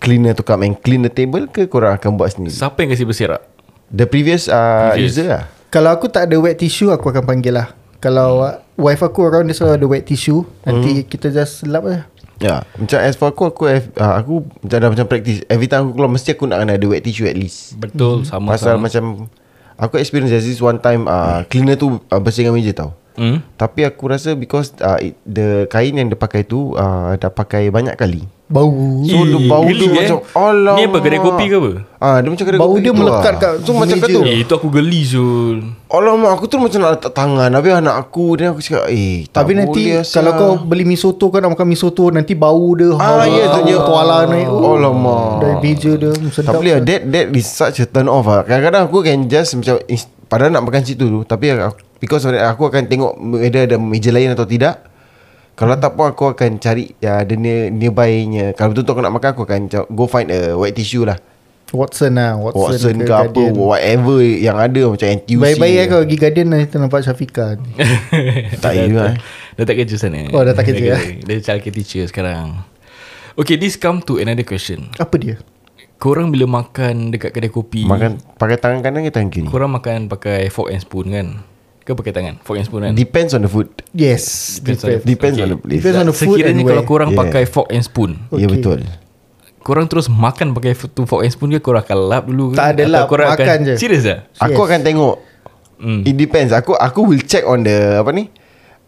[SPEAKER 4] Cleaner to come and clean the table Ke korang akan buat sendiri
[SPEAKER 2] Siapa yang kasi berserak?
[SPEAKER 4] The previous, uh,
[SPEAKER 2] Previous.
[SPEAKER 4] previous. user lah
[SPEAKER 3] kalau aku tak ada wet tissue aku akan panggil lah kalau
[SPEAKER 4] Hmm.
[SPEAKER 3] uh, wife aku around dia selalu ada wet tissue nanti kita just lap lah
[SPEAKER 4] Ya, macam as for aku aku have, uh, aku macam dah macam practice. Every time aku keluar mesti aku nak kena ada wet tissue at least.
[SPEAKER 2] Betul sama
[SPEAKER 4] Pasal
[SPEAKER 2] sama.
[SPEAKER 4] macam aku experience there's this one time uh, cleaner tu uh, bersihkan meja tau.
[SPEAKER 2] hmm?
[SPEAKER 4] Tapi aku rasa because uh, it, the kain yang dia pakai tu uh, dah pakai banyak kali.
[SPEAKER 3] bau
[SPEAKER 4] So
[SPEAKER 2] Ih,
[SPEAKER 4] the bau
[SPEAKER 2] geli
[SPEAKER 4] tu
[SPEAKER 2] eh.
[SPEAKER 4] macam Allah.
[SPEAKER 2] Ni apa, kedai kopi ke apa?
[SPEAKER 4] Ah, dia macam kedai
[SPEAKER 3] Bau
[SPEAKER 4] kopi.
[SPEAKER 3] dia
[SPEAKER 4] tu
[SPEAKER 3] melekat
[SPEAKER 4] lah.
[SPEAKER 3] kat
[SPEAKER 4] So macam
[SPEAKER 3] meja.
[SPEAKER 4] kat tu.
[SPEAKER 2] Eh itu aku geli Zul
[SPEAKER 4] Alamak aku tu macam nak letak tangan Habis anak aku Dia aku cakap Eh tak
[SPEAKER 3] Tapi nanti
[SPEAKER 4] boleh asal.
[SPEAKER 3] kalau kau beli misoto kau nak makan misoto nanti bau dia ha,
[SPEAKER 4] Ah, ya, tu dia.
[SPEAKER 3] tuala naik.
[SPEAKER 4] Oh, lama.
[SPEAKER 3] Dari meja Uh, dia hmm, sedap.
[SPEAKER 4] Tak boleh lah That, that is such a turn off lah Kadang-kadang aku can just macam is- Padahal nak makan situ tu Tapi aku, Because of that, aku akan tengok Whether ada meja lain atau tidak Kalau
[SPEAKER 3] Hmm.
[SPEAKER 4] tak pun aku akan cari ya, The near, nearby-nya Kalau betul-betul aku nak makan Aku akan ca- go find a wet tissue lah
[SPEAKER 3] Watson lah Watson,
[SPEAKER 4] Watson
[SPEAKER 3] ke
[SPEAKER 4] ke apa
[SPEAKER 3] Guardian.
[SPEAKER 4] Whatever yang ada Macam NTUC
[SPEAKER 3] Baik-baik lah kalau pergi Guardian Nanti nampak Syafiqah ni.
[SPEAKER 4] [LAUGHS] Tak
[SPEAKER 2] Dah-
[SPEAKER 4] juga, eh.
[SPEAKER 2] Dah tak kerja sana
[SPEAKER 3] Oh, dah tak kerja, eh.
[SPEAKER 2] Dia childcare teacher sekarang Okay this come to another question
[SPEAKER 3] Apa dia?
[SPEAKER 2] Korang bila makan dekat kedai kopi
[SPEAKER 4] Makan pakai tangan kanan ke tangan kiri
[SPEAKER 2] Korang makan pakai fork and spoon kan Ke pakai tangan Fork and spoon kan
[SPEAKER 4] Depends on the food
[SPEAKER 3] Yes
[SPEAKER 2] Depends on
[SPEAKER 3] depends.
[SPEAKER 2] the-
[SPEAKER 4] Depends
[SPEAKER 2] Okay.
[SPEAKER 4] on the place
[SPEAKER 3] Depends on the food
[SPEAKER 2] Sekiranya
[SPEAKER 3] and
[SPEAKER 2] kalau
[SPEAKER 3] where.
[SPEAKER 2] korang
[SPEAKER 4] Yeah.
[SPEAKER 2] pakai fork and spoon
[SPEAKER 3] Okay.
[SPEAKER 4] Ya betul
[SPEAKER 2] Korang terus makan pakai f- tu fork and spoon ke Korang akan lap dulu ke
[SPEAKER 3] Tak ada
[SPEAKER 2] Atau
[SPEAKER 3] lap,
[SPEAKER 2] korang
[SPEAKER 3] makan je.
[SPEAKER 2] Serius
[SPEAKER 3] [LAUGHS]
[SPEAKER 2] tak?
[SPEAKER 4] Aku
[SPEAKER 3] Yes.
[SPEAKER 4] akan tengok
[SPEAKER 2] Hmm.
[SPEAKER 4] It depends Aku aku will check on the Apa ni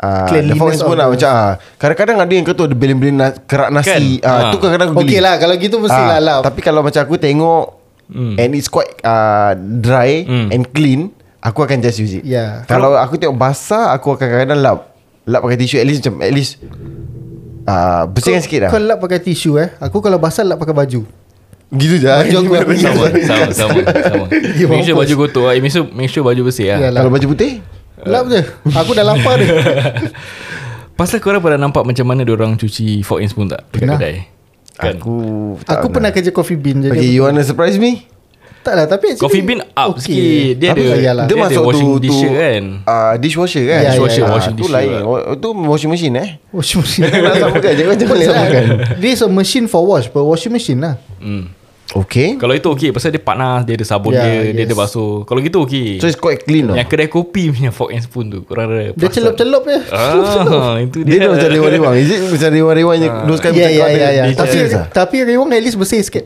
[SPEAKER 4] Uh, the
[SPEAKER 3] Cleanliness
[SPEAKER 4] fork and spoon
[SPEAKER 3] of
[SPEAKER 4] lah
[SPEAKER 3] the-
[SPEAKER 4] Macam ah, Kadang-kadang ada yang kata Ada belin-belin na- kerak
[SPEAKER 2] Kan?
[SPEAKER 4] nasi kan?
[SPEAKER 2] Ah.
[SPEAKER 4] Tu kadang-kadang aku geli
[SPEAKER 3] Okay lah Kalau gitu mesti
[SPEAKER 4] Ah,
[SPEAKER 3] lah lah
[SPEAKER 4] Tapi kalau macam aku tengok
[SPEAKER 2] Hmm.
[SPEAKER 4] And it's quite uh, Dry
[SPEAKER 2] Hmm.
[SPEAKER 4] And clean Aku akan just use it
[SPEAKER 3] Yeah.
[SPEAKER 4] Kalau aku tengok basah Aku akan kadang-kadang lap Lap pakai tisu At least macam At least uh, Bersihkan
[SPEAKER 3] Kau-
[SPEAKER 4] sikit lah
[SPEAKER 3] Kau lap pakai tisu eh Aku kalau basah lap pakai baju
[SPEAKER 4] Gitu je
[SPEAKER 3] Baju aku- aku-
[SPEAKER 2] Sama Sama Sama, sama.
[SPEAKER 3] [LAUGHS] You
[SPEAKER 2] Make sure
[SPEAKER 3] mampus.
[SPEAKER 2] baju kotor lah. Make sure, make sure baju bersih lah
[SPEAKER 3] Ya lah
[SPEAKER 4] [LAUGHS] Kalau baju putih
[SPEAKER 3] Lap je Aku dah lapar
[SPEAKER 4] [LAUGHS]
[SPEAKER 3] dia
[SPEAKER 2] Pasal korang pernah nampak Macam mana orang cuci fork and spoon tak? Dekat
[SPEAKER 3] Pernah. Ah.
[SPEAKER 2] kedai Kan?
[SPEAKER 4] Aku tak
[SPEAKER 3] Aku pernah kerja coffee bean jadi
[SPEAKER 4] Okay you wanna surprise me
[SPEAKER 3] Tak lah tapi actually
[SPEAKER 2] Coffee bean up sikit. Dia
[SPEAKER 3] Tapi
[SPEAKER 2] ada-
[SPEAKER 3] tak payahlah.
[SPEAKER 2] dia ada washing dishes kan?
[SPEAKER 4] uh, Dishwasher
[SPEAKER 3] Ya,
[SPEAKER 4] kan
[SPEAKER 3] ya,
[SPEAKER 2] Dishwasher, ya. washing
[SPEAKER 4] Tu
[SPEAKER 2] dishes
[SPEAKER 4] lain
[SPEAKER 2] lah.
[SPEAKER 4] Oh, Tu washing machine eh
[SPEAKER 3] Washing machine
[SPEAKER 4] Jangan samakan, jangan- jangan
[SPEAKER 3] Boleh lah
[SPEAKER 4] samakan.
[SPEAKER 3] This a machine for wash But washing machine lah
[SPEAKER 2] hmm.
[SPEAKER 4] Okay
[SPEAKER 2] Kalau itu okey Pasal dia panas Dia ada sabun
[SPEAKER 3] Ya,
[SPEAKER 2] yeah, dia Dia
[SPEAKER 3] yes.
[SPEAKER 2] ada basuh Kalau gitu okey
[SPEAKER 4] So it's quite clean lah
[SPEAKER 2] Yang kedai kopi punya fork and spoon tu Korang ada
[SPEAKER 3] Dia
[SPEAKER 2] perasan?
[SPEAKER 3] celup-celup je
[SPEAKER 2] lah.
[SPEAKER 3] [LAUGHS]
[SPEAKER 2] Ah, itu
[SPEAKER 4] Dia
[SPEAKER 2] dia,
[SPEAKER 4] tu
[SPEAKER 2] [LAUGHS]
[SPEAKER 4] macam rewang-rewang Is it macam rewang-rewang yang
[SPEAKER 2] Ah.
[SPEAKER 4] Those kind
[SPEAKER 3] Ya ya
[SPEAKER 4] macam kau ada
[SPEAKER 3] ya ya
[SPEAKER 4] di-
[SPEAKER 3] Tapi
[SPEAKER 4] serious ah?
[SPEAKER 3] tapi rewang at least bersih sikit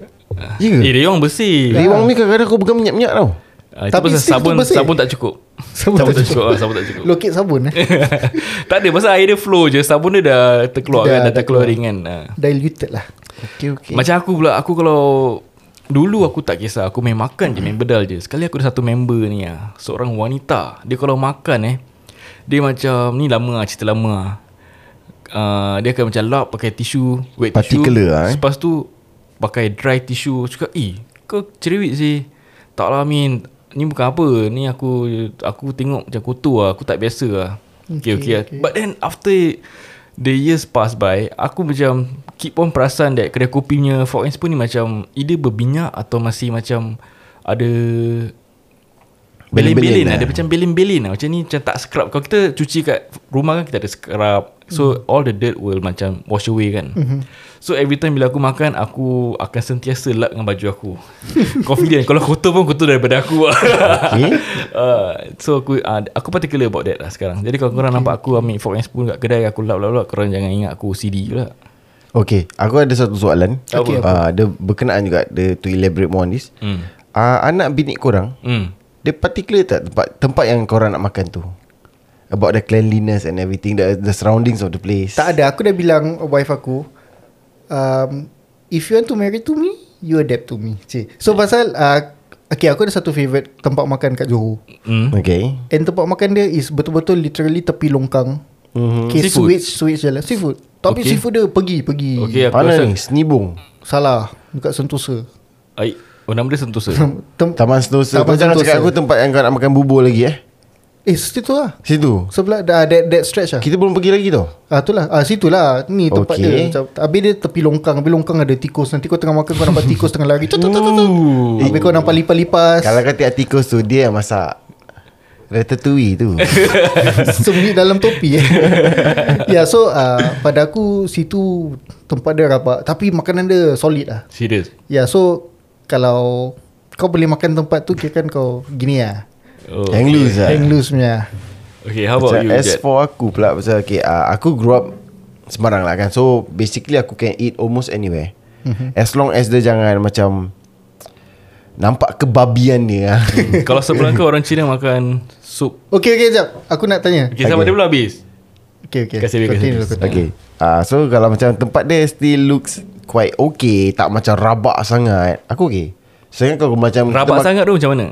[SPEAKER 4] Ya ke?
[SPEAKER 2] Eh dia orang bersih
[SPEAKER 4] Rewang ni kadang-kadang aku pegang minyak-minyak tau
[SPEAKER 2] Ah,
[SPEAKER 3] Tapi
[SPEAKER 2] Itu pasal
[SPEAKER 3] still tu
[SPEAKER 2] sabun
[SPEAKER 3] bersih.
[SPEAKER 2] Sabun tak cukup
[SPEAKER 3] Sabun
[SPEAKER 2] Sabun
[SPEAKER 3] tak
[SPEAKER 2] tak cukup ah, Sabun tak cukup
[SPEAKER 3] Lokit sabun eh
[SPEAKER 2] [LAUGHS] Tak ada Pasal air dia flow je Sabun dia dah terkeluar
[SPEAKER 3] Dah-
[SPEAKER 2] kan Dah
[SPEAKER 3] dah
[SPEAKER 2] terkeluar ringan Ah.
[SPEAKER 3] Diluted lah
[SPEAKER 4] Okay okay
[SPEAKER 2] Macam aku pula Aku kalau Dulu aku tak kisah Aku main makan je Main bedal je Sekali aku ada satu member ni ah, Seorang wanita Dia kalau makan eh Dia macam Ni lama lah Cerita lama lah uh, Dia akan macam lap Pakai tisu Wet
[SPEAKER 4] Particular
[SPEAKER 2] tisu
[SPEAKER 4] lah, eh.
[SPEAKER 2] Lepas tu Pakai dry tisu Cakap eh Kau cerewet sih Tak lah Min Ni bukan apa Ni aku Aku tengok macam kotor lah Aku tak biasa lah Okay okay, okay. okay. But then after The years pass by Aku macam Keep on perasan that Kedai kopi punya Fork and spoon ni macam Either berminyak Atau masih macam Ada Belin-belin lah. Ada macam belin-belin lah Macam ni macam tak scrub Kalau kita cuci kat rumah kan Kita ada scrub
[SPEAKER 4] Hmm.
[SPEAKER 2] So all the dirt will macam wash away kan So every time bila aku makan Aku akan sentiasa lap dengan baju aku [LAUGHS] Confident Kalau kotor pun kotor daripada aku [LAUGHS] okay. uh, So aku uh, aku particular about that lah sekarang Jadi kalau korang nampak aku ambil fork and spoon kat kedai Aku lap-lap-lap Korang jangan ingat aku CD pula
[SPEAKER 4] Okay Aku ada satu soalan
[SPEAKER 2] Apa?
[SPEAKER 4] Ah, Dia berkenaan juga dia, To elaborate more on this
[SPEAKER 2] Hmm.
[SPEAKER 4] Ah, Anak bini korang
[SPEAKER 2] Hmm
[SPEAKER 4] Dia particular tak tempat Tempat yang korang nak makan tu About the cleanliness and everything The, the surroundings of the place
[SPEAKER 3] Tak ada Aku dah bilang Wife aku um, If you want to marry to me You adapt to me Cik. So pasal uh, Okay aku ada satu favourite Tempat makan kat Johor
[SPEAKER 2] Hmm
[SPEAKER 4] Okay
[SPEAKER 3] And tempat makan dia Is betul-betul Literally tepi longkang mm-hmm. Okay
[SPEAKER 2] Seafood?
[SPEAKER 3] switch Switch je lah Seafood Tapi
[SPEAKER 2] Okay.
[SPEAKER 3] okay. seafood dia pergi Pergi
[SPEAKER 2] Okay aku
[SPEAKER 4] Mana
[SPEAKER 2] rasa
[SPEAKER 4] ni? Senibung
[SPEAKER 3] Salah Dekat Sentosa
[SPEAKER 2] Ai, Oh nama dia
[SPEAKER 4] [LAUGHS]
[SPEAKER 2] Sentosa
[SPEAKER 3] Tem-
[SPEAKER 4] Taman Sentosa
[SPEAKER 3] Taman
[SPEAKER 4] Kau jangan
[SPEAKER 3] Sentosa.
[SPEAKER 4] cakap aku tempat yang kau nak makan bubur lagi eh
[SPEAKER 3] Eh situ lah
[SPEAKER 4] Situ
[SPEAKER 3] Sebelah dah that, that stretch lah
[SPEAKER 4] Kita belum pergi lagi tau
[SPEAKER 3] Ah tu lah ah, Situ lah Ni tempat
[SPEAKER 4] Okay.
[SPEAKER 3] okay. dia macam, Habis dia tepi longkang Habis longkang ada tikus Nanti kau tengah makan Kau nampak tikus tengah lari tu, tu, tu, tu, tu. Habis kau nampak lipas-lipas
[SPEAKER 4] Kalau kau tiap tikus tu Dia yang masak Ratatouille [LAUGHS] tu
[SPEAKER 3] [LAUGHS] Sembit dalam topi [LAUGHS] eh. Ya yeah, so uh, Pada aku Situ Tempat dia rapat Tapi makanan dia solid lah
[SPEAKER 2] Serius
[SPEAKER 3] Ya yeah, so Kalau Kau boleh makan tempat tu Kira kan kau Gini lah
[SPEAKER 2] oh.
[SPEAKER 4] Hang loose lah
[SPEAKER 3] Hang loose punya
[SPEAKER 2] Okay how about
[SPEAKER 4] Macam
[SPEAKER 2] you
[SPEAKER 4] as
[SPEAKER 2] Jad?
[SPEAKER 4] for aku pula Pasal okay, uh, Aku grew up Semarang lah kan So basically aku can eat almost anywhere
[SPEAKER 2] Mhm.
[SPEAKER 4] As long as dia jangan macam Nampak kebabian dia [LAUGHS] lah.
[SPEAKER 2] [LAUGHS] Kalau sebelah kau orang Cina makan sup
[SPEAKER 3] Okay okay jap Aku nak tanya
[SPEAKER 2] Okay, sama dia
[SPEAKER 4] Okay.
[SPEAKER 2] belum habis
[SPEAKER 3] Okay okay
[SPEAKER 2] Kasih dia,
[SPEAKER 3] Continue,
[SPEAKER 2] kasih dia.
[SPEAKER 3] continue.
[SPEAKER 4] Okay uh, So kalau macam tempat dia Still looks quite okay Tak macam rabak sangat Aku okay Sekarang kalau macam Hmm, kita
[SPEAKER 2] Rabak
[SPEAKER 4] mak-
[SPEAKER 2] sangat tu macam mana?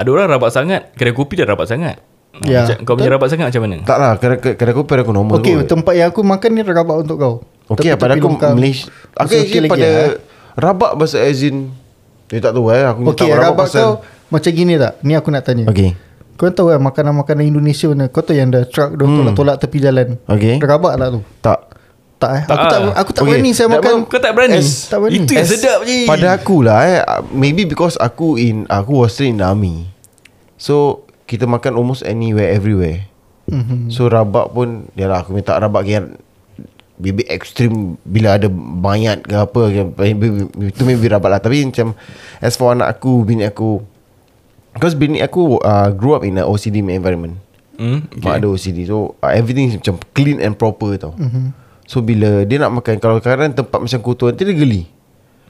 [SPEAKER 2] Ada orang rabak sangat Kedai kopi dah rabak sangat Ha,
[SPEAKER 3] Ya.
[SPEAKER 2] macam, Kau punya
[SPEAKER 3] Betul.
[SPEAKER 2] rabak sangat macam mana?
[SPEAKER 4] Tak lah Kadang kadang aku pada aku normal
[SPEAKER 3] Okay
[SPEAKER 4] kot.
[SPEAKER 3] tempat yang aku makan ni Rabak untuk kau
[SPEAKER 4] Okay
[SPEAKER 3] Tepi-tepi
[SPEAKER 4] lah pada aku
[SPEAKER 3] longkang.
[SPEAKER 4] Malaysia Aku
[SPEAKER 3] Masih
[SPEAKER 4] actually
[SPEAKER 3] lagi
[SPEAKER 4] pada
[SPEAKER 3] lah, eh.
[SPEAKER 4] Rabak bahasa as in Dia tak tahu eh Aku
[SPEAKER 3] Okay
[SPEAKER 4] tak
[SPEAKER 3] rabak kau Macam gini tak Ni aku nak tanya
[SPEAKER 4] Okay
[SPEAKER 3] Kau tahu kan makanan-makanan Indonesia mana Kau tahu yang dah truck Dia tolak-tolak tepi jalan
[SPEAKER 4] Hmm. Okay.
[SPEAKER 3] Rabak tak tu
[SPEAKER 4] Tak
[SPEAKER 3] Tak eh Aku
[SPEAKER 2] Tak
[SPEAKER 3] tak
[SPEAKER 2] ah.
[SPEAKER 3] Aku tak
[SPEAKER 4] Okay.
[SPEAKER 3] berani Saya
[SPEAKER 4] Tak
[SPEAKER 3] makan
[SPEAKER 2] Kau tak berani
[SPEAKER 4] As-
[SPEAKER 3] tak berani.
[SPEAKER 2] Itu yang sedap je
[SPEAKER 4] Pada aku lah eh, uh, maybe because aku in aku was trained in the army. So kita makan almost anywhere everywhere. Mm-hmm. So rabak pun Yalah aku minta rabak yang Maybe extreme Bila ada mayat ke apa ke, maybe, Itu maybe rabak lah Tapi macam As for anak aku Bini aku Because bini aku uh, Grew up in a OCD environment
[SPEAKER 2] hmm,
[SPEAKER 4] okay. Mak ada OCD So uh, everything is macam Clean and proper tau mm-hmm. So bila dia nak makan Kalau kadang tempat macam kotor Nanti dia geli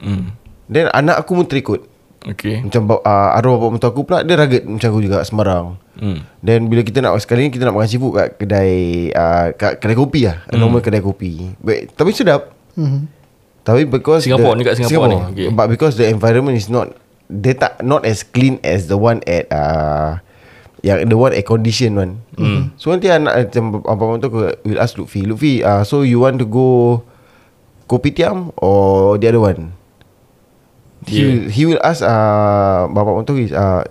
[SPEAKER 2] hmm,
[SPEAKER 4] Then anak aku pun terikut
[SPEAKER 2] Okay
[SPEAKER 4] Macam ba- uh, arwah bapak mentua aku pula Dia rugged macam aku juga Semarang [LAUGHS]
[SPEAKER 2] hmm.
[SPEAKER 4] Then bila kita nak Sekali ni kita nak makan seafood Kat kedai uh, kat Kedai kopi lah hmm. Normal kedai kopi But, Tapi sedap
[SPEAKER 3] Mhm.
[SPEAKER 4] Tapi because
[SPEAKER 2] Singapore, ni kat Singapore ni. Okay.
[SPEAKER 4] But because the environment is not Dia tak Not as clean as the one at uh, yang the one air condition one.
[SPEAKER 2] Hmm.
[SPEAKER 4] Mm. So nanti anak macam apa tu aku will ask Lutfi. Lutfi, uh, so you want to go Kopitiam or the other one? He
[SPEAKER 2] Yeah.
[SPEAKER 4] will, he will ask uh, Bapak Montok is uh,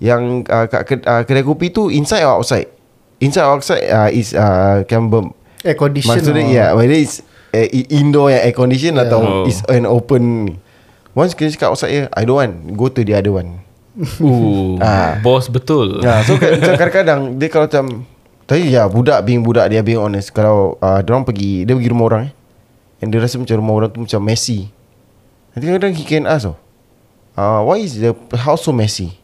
[SPEAKER 4] Yang uh, kat kedai, uh, kedai kopi tu Inside or outside Inside or outside uh, Is uh, Can bem,
[SPEAKER 3] Air condition
[SPEAKER 4] Maksudnya ya,
[SPEAKER 3] or-
[SPEAKER 4] yeah, Whether it's uh, i- Indoor yang air condition yeah. Atau
[SPEAKER 2] Oh.
[SPEAKER 4] is an open Once kita cakap outside ya, I don't want Go to the other one
[SPEAKER 2] Ooh,
[SPEAKER 4] Ah. Ya.
[SPEAKER 2] Bos betul
[SPEAKER 4] yeah, So kat- macam kadang-kadang Dia kalau macam Tapi ya yeah, Budak being budak Dia being honest Kalau uh, Diorang pergi Dia pergi rumah orang eh And dia rasa macam rumah orang tu Macam messy Nanti kadang-kadang he can ask oh, uh, Why is the house so messy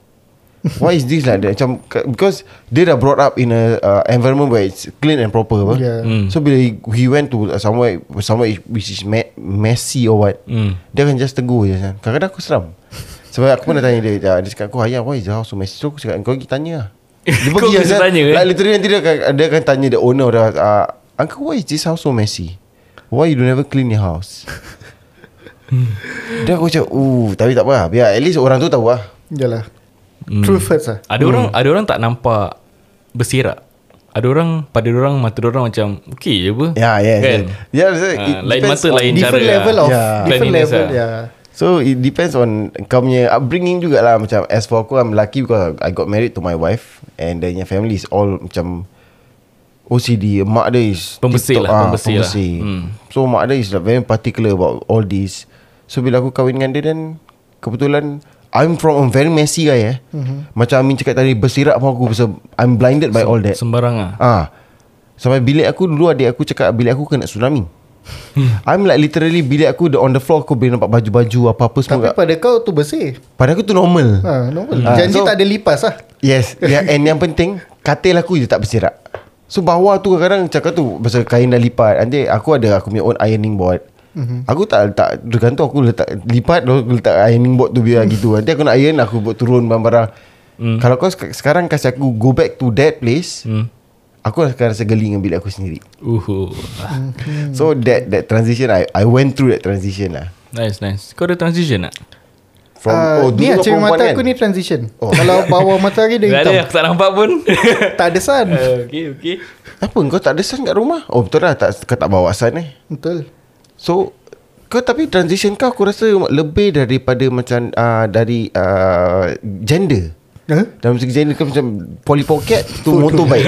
[SPEAKER 4] Why is this like that Macam ka- Because Dia dah brought up in a uh, Environment where it's Clean and proper apa?
[SPEAKER 3] Yeah.
[SPEAKER 2] Mm.
[SPEAKER 4] So bila he, he went to uh, Somewhere Somewhere which is me- Messy or what
[SPEAKER 2] Hmm.
[SPEAKER 4] dia akan just tegur je San. Kadang-kadang aku seram Sebab aku pernah tanya dia ah, Dia cakap aku Ayah why is the house so messy So aku cakap kau pergi tanya
[SPEAKER 2] [LAUGHS]
[SPEAKER 4] lah Dia
[SPEAKER 2] Kau
[SPEAKER 4] pergi
[SPEAKER 2] kena
[SPEAKER 4] San.
[SPEAKER 2] tanya, eh?
[SPEAKER 4] Like literally nanti dia akan, dia akan tanya the owner dia, ah, Uncle why is this house so messy Why you don't ever clean
[SPEAKER 2] [LAUGHS]
[SPEAKER 4] your house Dia aku cakap Uh, Tapi tak apa lah Biar at least orang tu tahu lah
[SPEAKER 3] Yalah Truth hurts lah
[SPEAKER 2] Hmm. Ada orang ada orang tak nampak berserak. Ada orang pada orang mata orang macam okey je apa.
[SPEAKER 4] Ya yeah, yeah,
[SPEAKER 2] Kan?
[SPEAKER 4] yeah. yeah
[SPEAKER 2] Ah, lain mata lain cara.
[SPEAKER 3] Different level
[SPEAKER 2] lah.
[SPEAKER 3] of
[SPEAKER 4] Yeah.
[SPEAKER 3] Different
[SPEAKER 2] Cleanliness
[SPEAKER 3] level
[SPEAKER 2] lah.
[SPEAKER 3] yeah.
[SPEAKER 4] So it depends on kau punya upbringing jugalah macam as for aku I'm lucky because I got married to my wife and then your family is all macam OCD mak dia is
[SPEAKER 2] Pembersih lah,
[SPEAKER 4] tip-top, ah,
[SPEAKER 2] pembersih lah.
[SPEAKER 4] pembersih.
[SPEAKER 2] Hmm.
[SPEAKER 4] So mak dia is like very particular about all this So bila aku kahwin dengan dia then kebetulan I'm from a very messy guy eh mm-hmm. Macam Amin cakap tadi bersirak pun aku sebab I'm blinded by all that
[SPEAKER 2] Sembarang ah.
[SPEAKER 4] Ah, sampai bilik aku dulu adik aku cakap bilik aku kena [LAUGHS] tsunami. I'm like literally bilik aku the, on the floor aku boleh nampak baju-baju apa-apa
[SPEAKER 2] ah.
[SPEAKER 3] Tapi
[SPEAKER 4] semua. Tapi,
[SPEAKER 3] pada kau tu bersih
[SPEAKER 4] pada aku tu normal.
[SPEAKER 3] ha, normal.
[SPEAKER 2] Hmm.
[SPEAKER 4] Ah,
[SPEAKER 3] Janji
[SPEAKER 4] so-
[SPEAKER 3] tak ada lipas lah
[SPEAKER 4] [LAUGHS] Yes, yeah, and yang penting katil aku je tak berserak. So bawah tu kadang-kadang cakap tu pasal kain dah lipat. Nanti aku ada aku punya own ironing board. Mm-hmm. Aku tak letak Dekat tu aku letak Lipat lalu aku letak ironing board tu [LAUGHS] Biar gitu Nanti aku nak iron Aku buat turun barang-barang mm. Kalau kau sek- sekarang Kasih aku go back to that place
[SPEAKER 2] Hmm.
[SPEAKER 4] mm. Aku akan rasa geli Dengan bilik aku sendiri
[SPEAKER 2] Uhu.
[SPEAKER 4] So that that transition I I went through that transition lah.
[SPEAKER 2] Nice nice. Kau ada transition tak?
[SPEAKER 4] From
[SPEAKER 3] Ah,
[SPEAKER 4] uh, oh
[SPEAKER 3] Ni
[SPEAKER 4] dulu
[SPEAKER 3] lah
[SPEAKER 4] kau
[SPEAKER 3] cermin
[SPEAKER 4] perempuan
[SPEAKER 3] mata
[SPEAKER 4] kan?
[SPEAKER 3] aku ni transition
[SPEAKER 4] Oh.
[SPEAKER 3] Kalau bawah matahari
[SPEAKER 2] Tak ada
[SPEAKER 3] dia
[SPEAKER 2] Eh.
[SPEAKER 3] hitam
[SPEAKER 2] aku tak nampak pun.
[SPEAKER 3] [LAUGHS] Tak ada sun
[SPEAKER 2] Okey okey.
[SPEAKER 4] Apa kau tak ada sun kat rumah? Oh betul lah tak kau tak bawa sun eh.
[SPEAKER 3] Betul
[SPEAKER 4] So kau tapi transition kau aku rasa lebih daripada macam uh, dari uh, gender.
[SPEAKER 3] Huh?
[SPEAKER 4] Dalam segi gender kau macam poly pocket tu [LAUGHS] motorbike.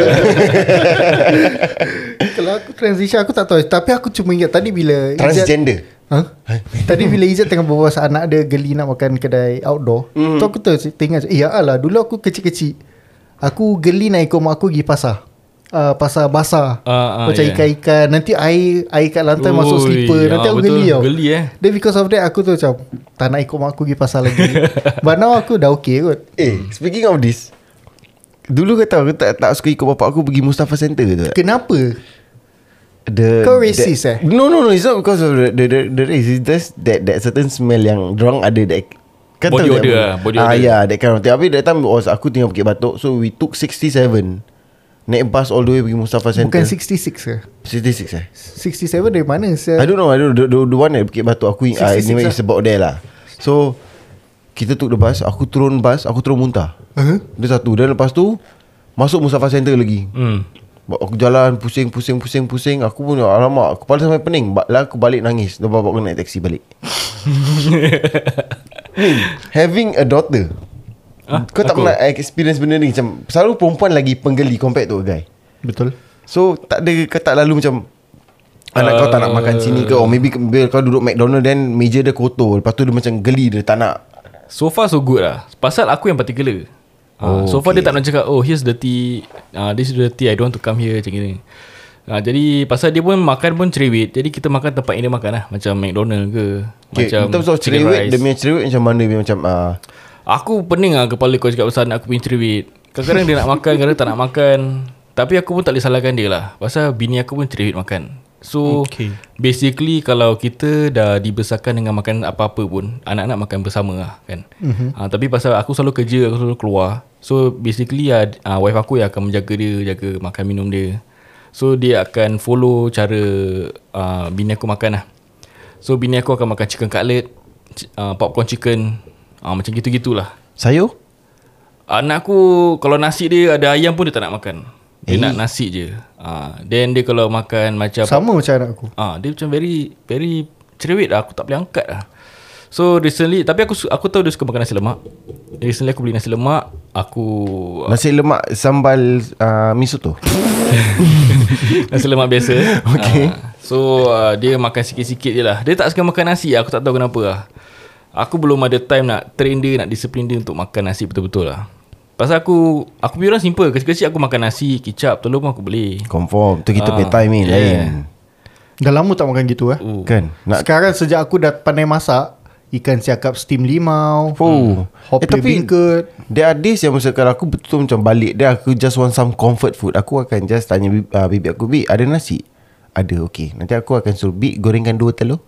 [SPEAKER 3] Kalau aku transition aku tak tahu Tapi aku cuma ingat tadi bila Ijat-
[SPEAKER 4] Transgender.
[SPEAKER 3] Huh? Ha? Tadi bila Izzat tengah berbual pasal anak dia geli nak makan kedai outdoor
[SPEAKER 2] Hmm.
[SPEAKER 3] mm. Tu aku ter- teringat Eh ya lah dulu aku kecil-kecil Aku geli nak ikut mak aku pergi pasar uh, Pasar basah
[SPEAKER 2] Ah, ah,
[SPEAKER 3] Macam
[SPEAKER 2] yeah.
[SPEAKER 3] ikan-ikan Nanti air air kat lantai Ui, masuk
[SPEAKER 2] Ui,
[SPEAKER 3] slipper Nanti
[SPEAKER 2] ah,
[SPEAKER 3] aku
[SPEAKER 2] betul.
[SPEAKER 3] geli tau
[SPEAKER 2] Geli, eh.
[SPEAKER 3] Then because of that aku tu macam Tak nak ikut mak aku pergi pasar
[SPEAKER 2] [LAUGHS]
[SPEAKER 3] lagi But now aku dah okay kot
[SPEAKER 4] Eh speaking of this Dulu kau tahu aku tak, tak suka ikut bapak aku pergi Mustafa Center tu tak?
[SPEAKER 3] Kenapa?
[SPEAKER 4] the
[SPEAKER 3] Kau racist,
[SPEAKER 4] that,
[SPEAKER 3] eh?
[SPEAKER 4] No no no It's not because of the the, the, the race It's just that that certain smell yang Diorang ada that kan
[SPEAKER 2] Body
[SPEAKER 4] tahu
[SPEAKER 2] odor
[SPEAKER 4] that-
[SPEAKER 2] lah, body
[SPEAKER 4] ah,
[SPEAKER 2] odor.
[SPEAKER 4] Yeah that kind of thing Tapi that time was Aku tinggal Bukit Batok So we took 67 Naik bus all the way Pergi Mustafa Center
[SPEAKER 3] Bukan 66 ke?
[SPEAKER 4] 66 eh
[SPEAKER 3] 67 dari mana?
[SPEAKER 4] I
[SPEAKER 3] Saya
[SPEAKER 4] don't know I don't know the, the, the one at Bukit Batok Aku ingat
[SPEAKER 3] 66
[SPEAKER 4] Anyway
[SPEAKER 3] lah.
[SPEAKER 4] it's about there lah So Kita took the bus Aku turun bus Aku turun muntah
[SPEAKER 3] Huh?
[SPEAKER 4] Dia satu Dan lepas tu Masuk Mustafa Center lagi
[SPEAKER 2] Hmm.
[SPEAKER 4] Ba- Aku jalan pusing pusing pusing pusing Aku pun alamak Kepala sampai pening Ba- Lah aku balik nangis Lepas bapak aku naik taxi balik Ni, Having a daughter Kau tak pernah experience benda ni Macam Selalu perempuan lagi penggeli Compared to a guy
[SPEAKER 3] Betul
[SPEAKER 4] So tak ada Kau tak lalu macam Anak uh, kau tak nak makan sini ke Or maybe ke- bila kau duduk McDonald Then meja dia kotor Lepas tu dia macam geli Dia tak nak
[SPEAKER 2] So far so good lah Pasal aku yang particular oh, So far okay. dia tak nak cakap Oh here's dirty uh, This is dirty I don't want to come here Macam gini uh, Jadi pasal dia pun Makan pun cerewet Jadi kita makan tempat yang dia makan lah Macam McDonald ke
[SPEAKER 4] okay,
[SPEAKER 2] Macam
[SPEAKER 4] In terms of
[SPEAKER 2] chicken
[SPEAKER 4] cerewet
[SPEAKER 2] rice.
[SPEAKER 4] Dia punya cerewet macam mana Dia macam uh,
[SPEAKER 2] Aku pening lah kepala kau cakap pasal anak aku punya cerewet Kadang-kadang dia nak makan Kadang-kadang tak nak makan Tapi aku pun tak boleh salahkan dia lah Pasal bini aku pun cerewet makan So
[SPEAKER 5] Okay.
[SPEAKER 2] okay. basically kalau kita dah dibesarkan dengan makan apa-apa pun Anak-anak makan bersama lah kan mm-hmm. ha, Tapi pasal aku selalu kerja Aku selalu keluar So basically uh, uh, wife aku yang akan menjaga dia Jaga makan minum dia So dia akan follow cara uh, bini aku makan lah So bini aku akan makan chicken cutlet chi- uh, Popcorn chicken uh, Macam gitu-gitulah Ah,
[SPEAKER 4] Sayur
[SPEAKER 2] Anak aku Kalau nasi dia ada ayam pun dia tak nak makan Dia eh. nak nasi je uh, Then dia kalau makan macam
[SPEAKER 3] Sama macam anak aku
[SPEAKER 2] Ah, dia macam very very cerewet lah. Aku tak boleh angkat lah. So recently tapi aku su- aku tahu dia suka makan nasi lemak. Recently aku beli nasi lemak, aku
[SPEAKER 4] Nasi lemak Sambal uh, Miso tu
[SPEAKER 2] nasi lemak
[SPEAKER 4] [LAUGHS]
[SPEAKER 2] biasa. okay. Ah, so uh, dia makan sikit-sikit je lah. Dia tak suka makan nasi, aku tak tahu kenapa lah. Aku belum ada time nak train dia, nak disiplin dia untuk makan nasi betul-betul lah. Pasal aku aku punya orang simple. Kecil-kecil aku makan nasi, kicap, telur pun aku boleh.
[SPEAKER 4] Confirm Tu kita
[SPEAKER 2] Ah,
[SPEAKER 4] uh, time ni
[SPEAKER 2] yeah.
[SPEAKER 4] Lain
[SPEAKER 3] Dah lama tak makan gitu eh
[SPEAKER 2] Oh.
[SPEAKER 4] Kan
[SPEAKER 3] Nak
[SPEAKER 4] Nak
[SPEAKER 3] Sekarang sejak aku dah pandai masak Ikan siakap steam limau
[SPEAKER 4] Oh
[SPEAKER 3] Hop eh, tapi, bingkut
[SPEAKER 4] There are days yang Misalkan aku betul macam balik Dia aku just want some comfort food Aku akan just tanya bibi, uh, bibi aku Bibi ada nasi? Ada okay Nanti aku akan suruh Bibi gorengkan dua telur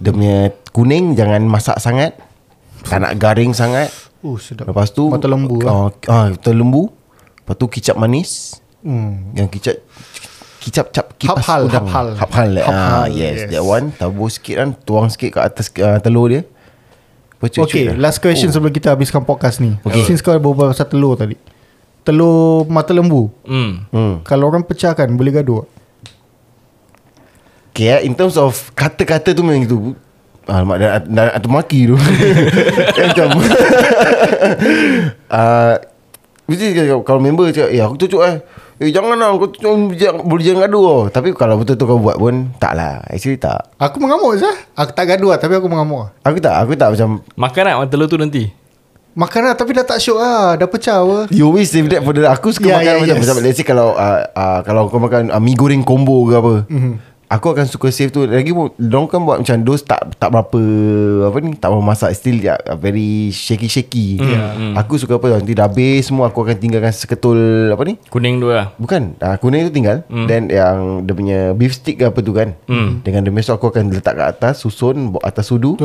[SPEAKER 4] Dia punya kuning Jangan masak sangat Tak nak garing sangat
[SPEAKER 3] Oh sedap
[SPEAKER 4] Lepas tu
[SPEAKER 3] Mata lembu lah.
[SPEAKER 4] uh, uh, Mata lembu Lepas tu kicap manis
[SPEAKER 3] hmm.
[SPEAKER 4] Yang kicap Kicap cap kipas
[SPEAKER 3] Haphal,
[SPEAKER 4] udang.
[SPEAKER 3] haphal.
[SPEAKER 4] Haphal ah,
[SPEAKER 3] Haphal,
[SPEAKER 4] yes, yes
[SPEAKER 3] yes.
[SPEAKER 4] That one Tabur sikit kan Tuang sikit kat atas uh, telur dia Pecut
[SPEAKER 3] Okay last question oh. sebelum kita habiskan podcast ni okay.
[SPEAKER 4] Okay.
[SPEAKER 3] Since kau berbual pasal telur tadi Telur mata lembu
[SPEAKER 2] Hmm.
[SPEAKER 4] hmm.
[SPEAKER 3] Kalau orang pecahkan boleh gaduh tak?
[SPEAKER 4] Okay eh, in terms of kata-kata tu memang gitu. Alamak dah, dah, dah maki tu. Dia macam [LAUGHS] ah mesti dia cakap, kalau member cakap, "Eh aku cucuk eh." Eh jangan lah kau cucuk jangan- boleh jangan gaduh tau. Tapi kalau betul tu kau buat pun tak lah. Actually tak.
[SPEAKER 3] Aku mengamuk je Aku tak gaduh lah Tapi aku mengamuk lah
[SPEAKER 4] Aku tak, aku tak macam
[SPEAKER 2] Makan nak telur tu nanti.
[SPEAKER 3] Makan lah tapi dah tak syok lah Dah pecah apa
[SPEAKER 4] You always save that for the Aku suka yeah,
[SPEAKER 3] Yeah,
[SPEAKER 4] makan yeah,
[SPEAKER 3] yeah,
[SPEAKER 4] macam, yes.
[SPEAKER 3] yes.
[SPEAKER 4] macam Let's say kalau uh, uh, Kalau kau makan uh, Mi goreng combo ke apa
[SPEAKER 3] Mhm.
[SPEAKER 4] mm-hmm. Aku akan suka save tu Lagi pun Diorang kan buat macam Dos tak tak berapa Apa ni Tak berapa masak Still ya, very shaky-shaky yeah. Aku suka apa Nanti dah habis semua Aku akan tinggalkan seketul Apa ni
[SPEAKER 2] Kuning dua lah.
[SPEAKER 4] Bukan uh, Kuning tu tinggal mm. Then yang Dia punya beef stick ke apa tu kan mm. Dengan dia mesok aku akan letak kat atas Susun buat Atas sudu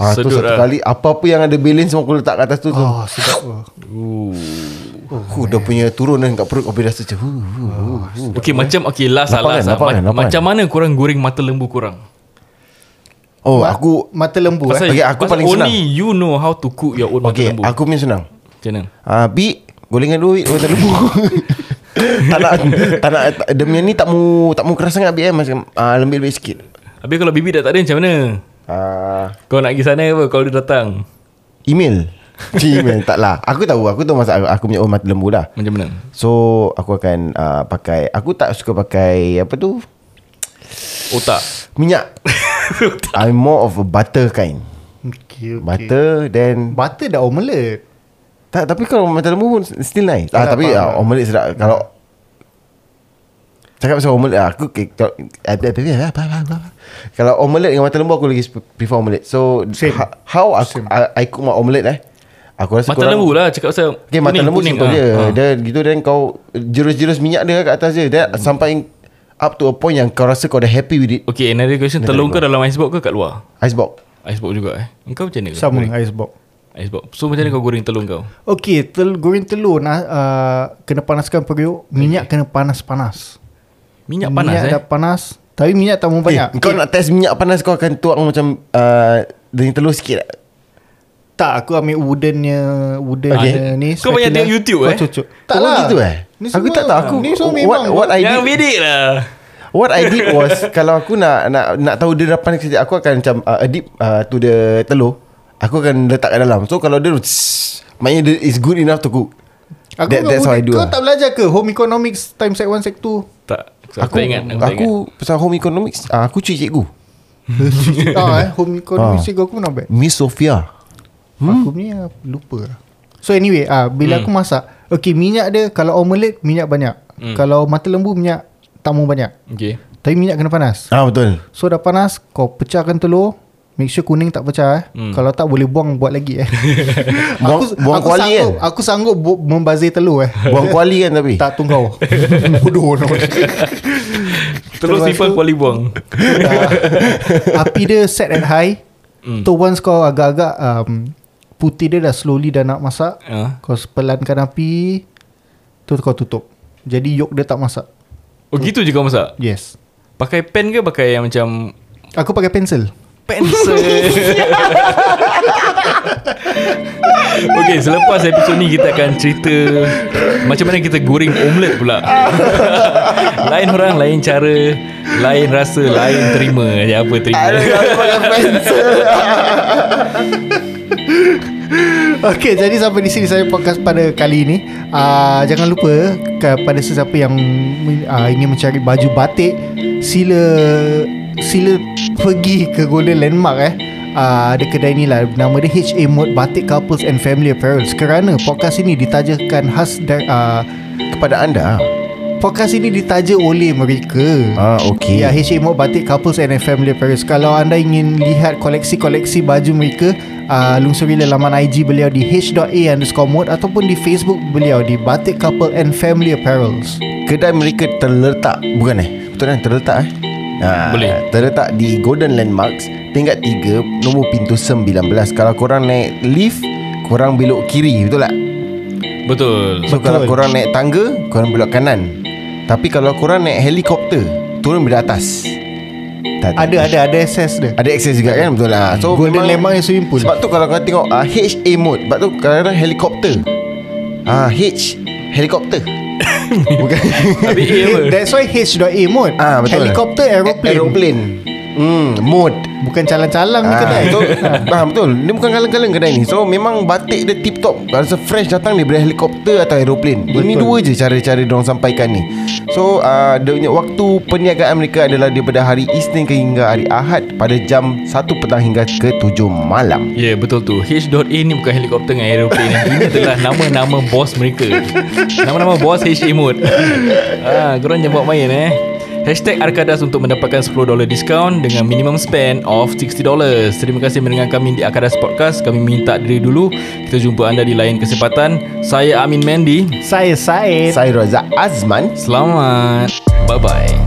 [SPEAKER 4] Ah, tu
[SPEAKER 2] Sedut
[SPEAKER 4] satu
[SPEAKER 2] lah.
[SPEAKER 4] kali Apa-apa yang ada balance Semua aku letak kat atas tu tu.
[SPEAKER 3] Oh sedap lah
[SPEAKER 4] Huh, dia punya turun kan kat perut kau boleh rasa macam huh, huh, huh, huh.
[SPEAKER 2] Okay macam okay last lah
[SPEAKER 4] Uh, Lapang
[SPEAKER 2] last lah.
[SPEAKER 4] kan, lapang kan,
[SPEAKER 2] Ma-
[SPEAKER 4] lapang
[SPEAKER 2] Macam mana korang goreng mata lembu korang?
[SPEAKER 4] Oh,
[SPEAKER 3] Ma-
[SPEAKER 4] aku
[SPEAKER 3] Mata lembu eh
[SPEAKER 2] Pasal,
[SPEAKER 4] okay, aku
[SPEAKER 2] pasal
[SPEAKER 4] paling
[SPEAKER 2] only you know how to cook your own mata
[SPEAKER 4] okay,
[SPEAKER 2] lembu.
[SPEAKER 4] aku punya senang.
[SPEAKER 2] Macam mana?
[SPEAKER 4] Ah, uh, bi golengan dua bik mata lembu. [LAUGHS] tak nak tak nak tak- dia punya ni tak mu tak mu keras sangat bi eh macam ah uh, lembik-lembik sikit.
[SPEAKER 2] Habis kalau bibi dah tak ada macam mana?
[SPEAKER 4] Ah, uh,
[SPEAKER 2] Kau nak pergi sana apa kalau dia datang?
[SPEAKER 4] email. [LAUGHS] email tak lah. Aku tahu, aku tahu masak aku, aku punya own mata lembu lah.
[SPEAKER 2] Macam mana?
[SPEAKER 4] So, aku akan uh, pakai aku tak suka pakai apa tu?
[SPEAKER 2] Otak.
[SPEAKER 4] Minyak. I'm more of a butter kind.
[SPEAKER 3] okay, okay.
[SPEAKER 4] Butter then
[SPEAKER 3] Butter dah omelette
[SPEAKER 4] Tak, tapi kalau mata lembu pun still nice. Ah,
[SPEAKER 3] Tak
[SPEAKER 4] tapi
[SPEAKER 3] apa.
[SPEAKER 4] ah, omelet sedap. Kalau cakap pasal omelet, ah, aku ke- kalau- eh, eh, eh, eh, apa, apa, apa, apa. kalau omelet dengan mata lembu aku lagi sp- prefer omelet. So
[SPEAKER 3] Same.
[SPEAKER 4] ha- how aku I, I cook my omelet eh? Aku rasa
[SPEAKER 2] Mata lembu lah cakap pasal
[SPEAKER 4] Okay, mata lembu simple
[SPEAKER 2] ah.
[SPEAKER 4] dia. Dia gitu then kau jerus-jerus minyak dia kat atas dia. Then
[SPEAKER 3] Hmm.
[SPEAKER 4] sampai up to a point yang kau rasa kau dah happy with it.
[SPEAKER 2] Okay, another question.
[SPEAKER 4] Mata
[SPEAKER 2] Telur kau dalam icebox ke kat luar?
[SPEAKER 4] Icebox.
[SPEAKER 2] Icebox juga eh. Engkau macam mana? kau
[SPEAKER 3] Sama
[SPEAKER 2] goreng?
[SPEAKER 3] icebox
[SPEAKER 2] Icebox. So macam mana kau goreng telur kau?
[SPEAKER 3] Okay tel, Goreng telur nah, uh, Kena panaskan periuk Minyak kena panas-panas
[SPEAKER 2] Minyak panas
[SPEAKER 3] minyak
[SPEAKER 2] eh.
[SPEAKER 3] dah panas Tapi minyak tak mau banyak
[SPEAKER 4] Eh, kau nak test minyak panas kau akan tuang macam uh, dengan telur sikit tak?
[SPEAKER 3] Tak aku ambil woodennya Wooden
[SPEAKER 4] Ah,
[SPEAKER 2] Okay.
[SPEAKER 3] ni
[SPEAKER 2] Kau banyak
[SPEAKER 3] spatula.
[SPEAKER 2] tengok YouTube,
[SPEAKER 3] Kau
[SPEAKER 2] eh?
[SPEAKER 3] cucuk lah.
[SPEAKER 4] Oh, gitu eh?
[SPEAKER 3] Ni
[SPEAKER 4] Aku
[SPEAKER 3] semua-
[SPEAKER 4] tak tahu, aku-
[SPEAKER 3] Ni semua
[SPEAKER 4] what-
[SPEAKER 3] memang
[SPEAKER 4] what I
[SPEAKER 2] Yang
[SPEAKER 4] did-
[SPEAKER 2] bedek lah.
[SPEAKER 4] What I did
[SPEAKER 3] [LAUGHS]
[SPEAKER 4] was Kalau aku nak Nak nak tahu dia dah panas kejap Aku akan macam uh, Dip uh, to the telur Aku akan letak kat dalam So kalau dia tss, Maknanya dia is good enough to cook
[SPEAKER 3] Aku
[SPEAKER 4] That,
[SPEAKER 3] bukan
[SPEAKER 4] that's how I
[SPEAKER 3] wooden.
[SPEAKER 4] do
[SPEAKER 3] Kau
[SPEAKER 4] lah. [LAUGHS]
[SPEAKER 3] tak belajar ke Home economics Time set 1 set 2
[SPEAKER 2] Tak. So, aku, tak ingat Aku,
[SPEAKER 4] aku,
[SPEAKER 2] tak
[SPEAKER 4] aku
[SPEAKER 2] ingat.
[SPEAKER 4] pasal home economics ah, Aku cuci cikgu
[SPEAKER 3] ah, eh, home economics
[SPEAKER 4] Ah.
[SPEAKER 3] cikgu aku not bad
[SPEAKER 4] Miss Sofia
[SPEAKER 3] hmm? Aku punya lupa lah. So anyway ah Bila hmm. aku masak Okay minyak dia Kalau omelette minyak banyak hmm. Kalau mata lembu minyak Tak mau banyak
[SPEAKER 2] Okay
[SPEAKER 3] Tapi minyak kena panas
[SPEAKER 4] Ah betul
[SPEAKER 3] So dah panas Kau pecahkan telur Make sure kuning tak pecah eh. Hmm. Kalau tak boleh buang buat lagi eh.
[SPEAKER 4] Buang- buang
[SPEAKER 3] aku
[SPEAKER 4] kuali
[SPEAKER 3] sanggup,
[SPEAKER 4] kan?
[SPEAKER 3] Aku sanggup bu- membazir telur eh.
[SPEAKER 4] [LAUGHS] Buang kuali kan tapi
[SPEAKER 3] tak tunggu. [LAUGHS] Bodoh.
[SPEAKER 4] [LAUGHS]
[SPEAKER 3] no.
[SPEAKER 2] Terus
[SPEAKER 3] Lepas
[SPEAKER 2] simpan
[SPEAKER 3] tu-
[SPEAKER 2] kuali buang
[SPEAKER 3] Dah. Api dia set at high mm. So once kau agak-agak um, Putih dia dah slowly dah nak masak
[SPEAKER 2] Ah.
[SPEAKER 3] Kau pelankan api Tu kau tutup Jadi yolk dia tak masak
[SPEAKER 2] Oh gitu je kau masak
[SPEAKER 3] Yes
[SPEAKER 2] Pakai pen ke pakai yang macam
[SPEAKER 3] Aku pakai pensel
[SPEAKER 2] Pencil [LAUGHS] Okay selepas episod ni Kita akan cerita Macam mana kita goreng omelet pula [LAUGHS] Lain orang Lain cara Lain rasa Lain terima Ya apa terima
[SPEAKER 3] Okay jadi sampai di sini saya podcast pada kali ini uh, Jangan lupa Kepada sesiapa yang uh, Ingin mencari baju batik Sila Sila pergi ke Golden Landmark eh Uh, ada kedai ni lah Nama dia HA Mode Batik Couples and Family Apparels Kerana podcast ini ditajakan khas dari, uh,
[SPEAKER 4] Kepada anda
[SPEAKER 3] Podcast ini ditaja oleh mereka
[SPEAKER 4] Ah okay
[SPEAKER 3] Ya, HA Mode Batik Couples and Family Paris Kalau anda ingin lihat koleksi-koleksi baju mereka uh, Lungsurilah laman IG beliau di h.a underscore mode Ataupun di Facebook beliau di Batik Couple and Family Apparels
[SPEAKER 4] Kedai mereka terletak Bukan eh Betul kan terletak eh Ha,
[SPEAKER 2] Boleh.
[SPEAKER 4] Terletak di Golden Landmarks Tingkat 3 Nombor pintu 19 Kalau korang naik lift Korang belok kiri Betul tak?
[SPEAKER 2] Betul
[SPEAKER 4] So Betul. kalau korang naik tangga Korang belok kanan Tapi kalau korang naik helikopter Turun bila atas tak, tak,
[SPEAKER 3] Ada, ada, ada access dia
[SPEAKER 4] Ada access juga kan Betul lah So
[SPEAKER 3] Golden
[SPEAKER 4] memang-
[SPEAKER 3] Landmark yang swimming pool.
[SPEAKER 4] Sebab tu kalau korang tengok uh, HA mode Sebab tu kadang-kadang helikopter Ah H Helikopter Bukan
[SPEAKER 2] Tapi eh apa
[SPEAKER 3] [LAUGHS] That's why h.a mode
[SPEAKER 4] Ah betul.
[SPEAKER 3] Helikopter, aeroplane
[SPEAKER 4] Aeroplane. Hmm, mode.
[SPEAKER 3] Bukan calang-calang ni
[SPEAKER 4] Ah,
[SPEAKER 3] kedai
[SPEAKER 4] so, ah, betul. Dia bukan kaleng-kaleng kedai ni. So memang batik dia tip top. Rasa fresh datang daripada helikopter atau aeroplane.
[SPEAKER 3] Betul.
[SPEAKER 4] Ini dua je cara-cara dia orang sampaikan ni. So uh, dia punya waktu perniagaan mereka adalah daripada hari Isnin ke hingga hari Ahad pada jam 1 petang hingga ke 7 malam.
[SPEAKER 2] Ya yeah, betul tu H.A ni bukan helikopter dengan aeroplane Ini adalah nama-nama bos mereka Nama-nama bos H.A Mode ah, Korang jangan buat main eh Hashtag Arkadas untuk mendapatkan $10 diskaun dengan minimum spend of $60. Terima kasih mendengar kami di Arkadas Podcast. Kami minta diri dulu. Kita jumpa anda di lain kesempatan. Saya Amin Mandy.
[SPEAKER 3] Saya Syed
[SPEAKER 4] Saya Raza Azman.
[SPEAKER 2] Selamat. Bye-bye.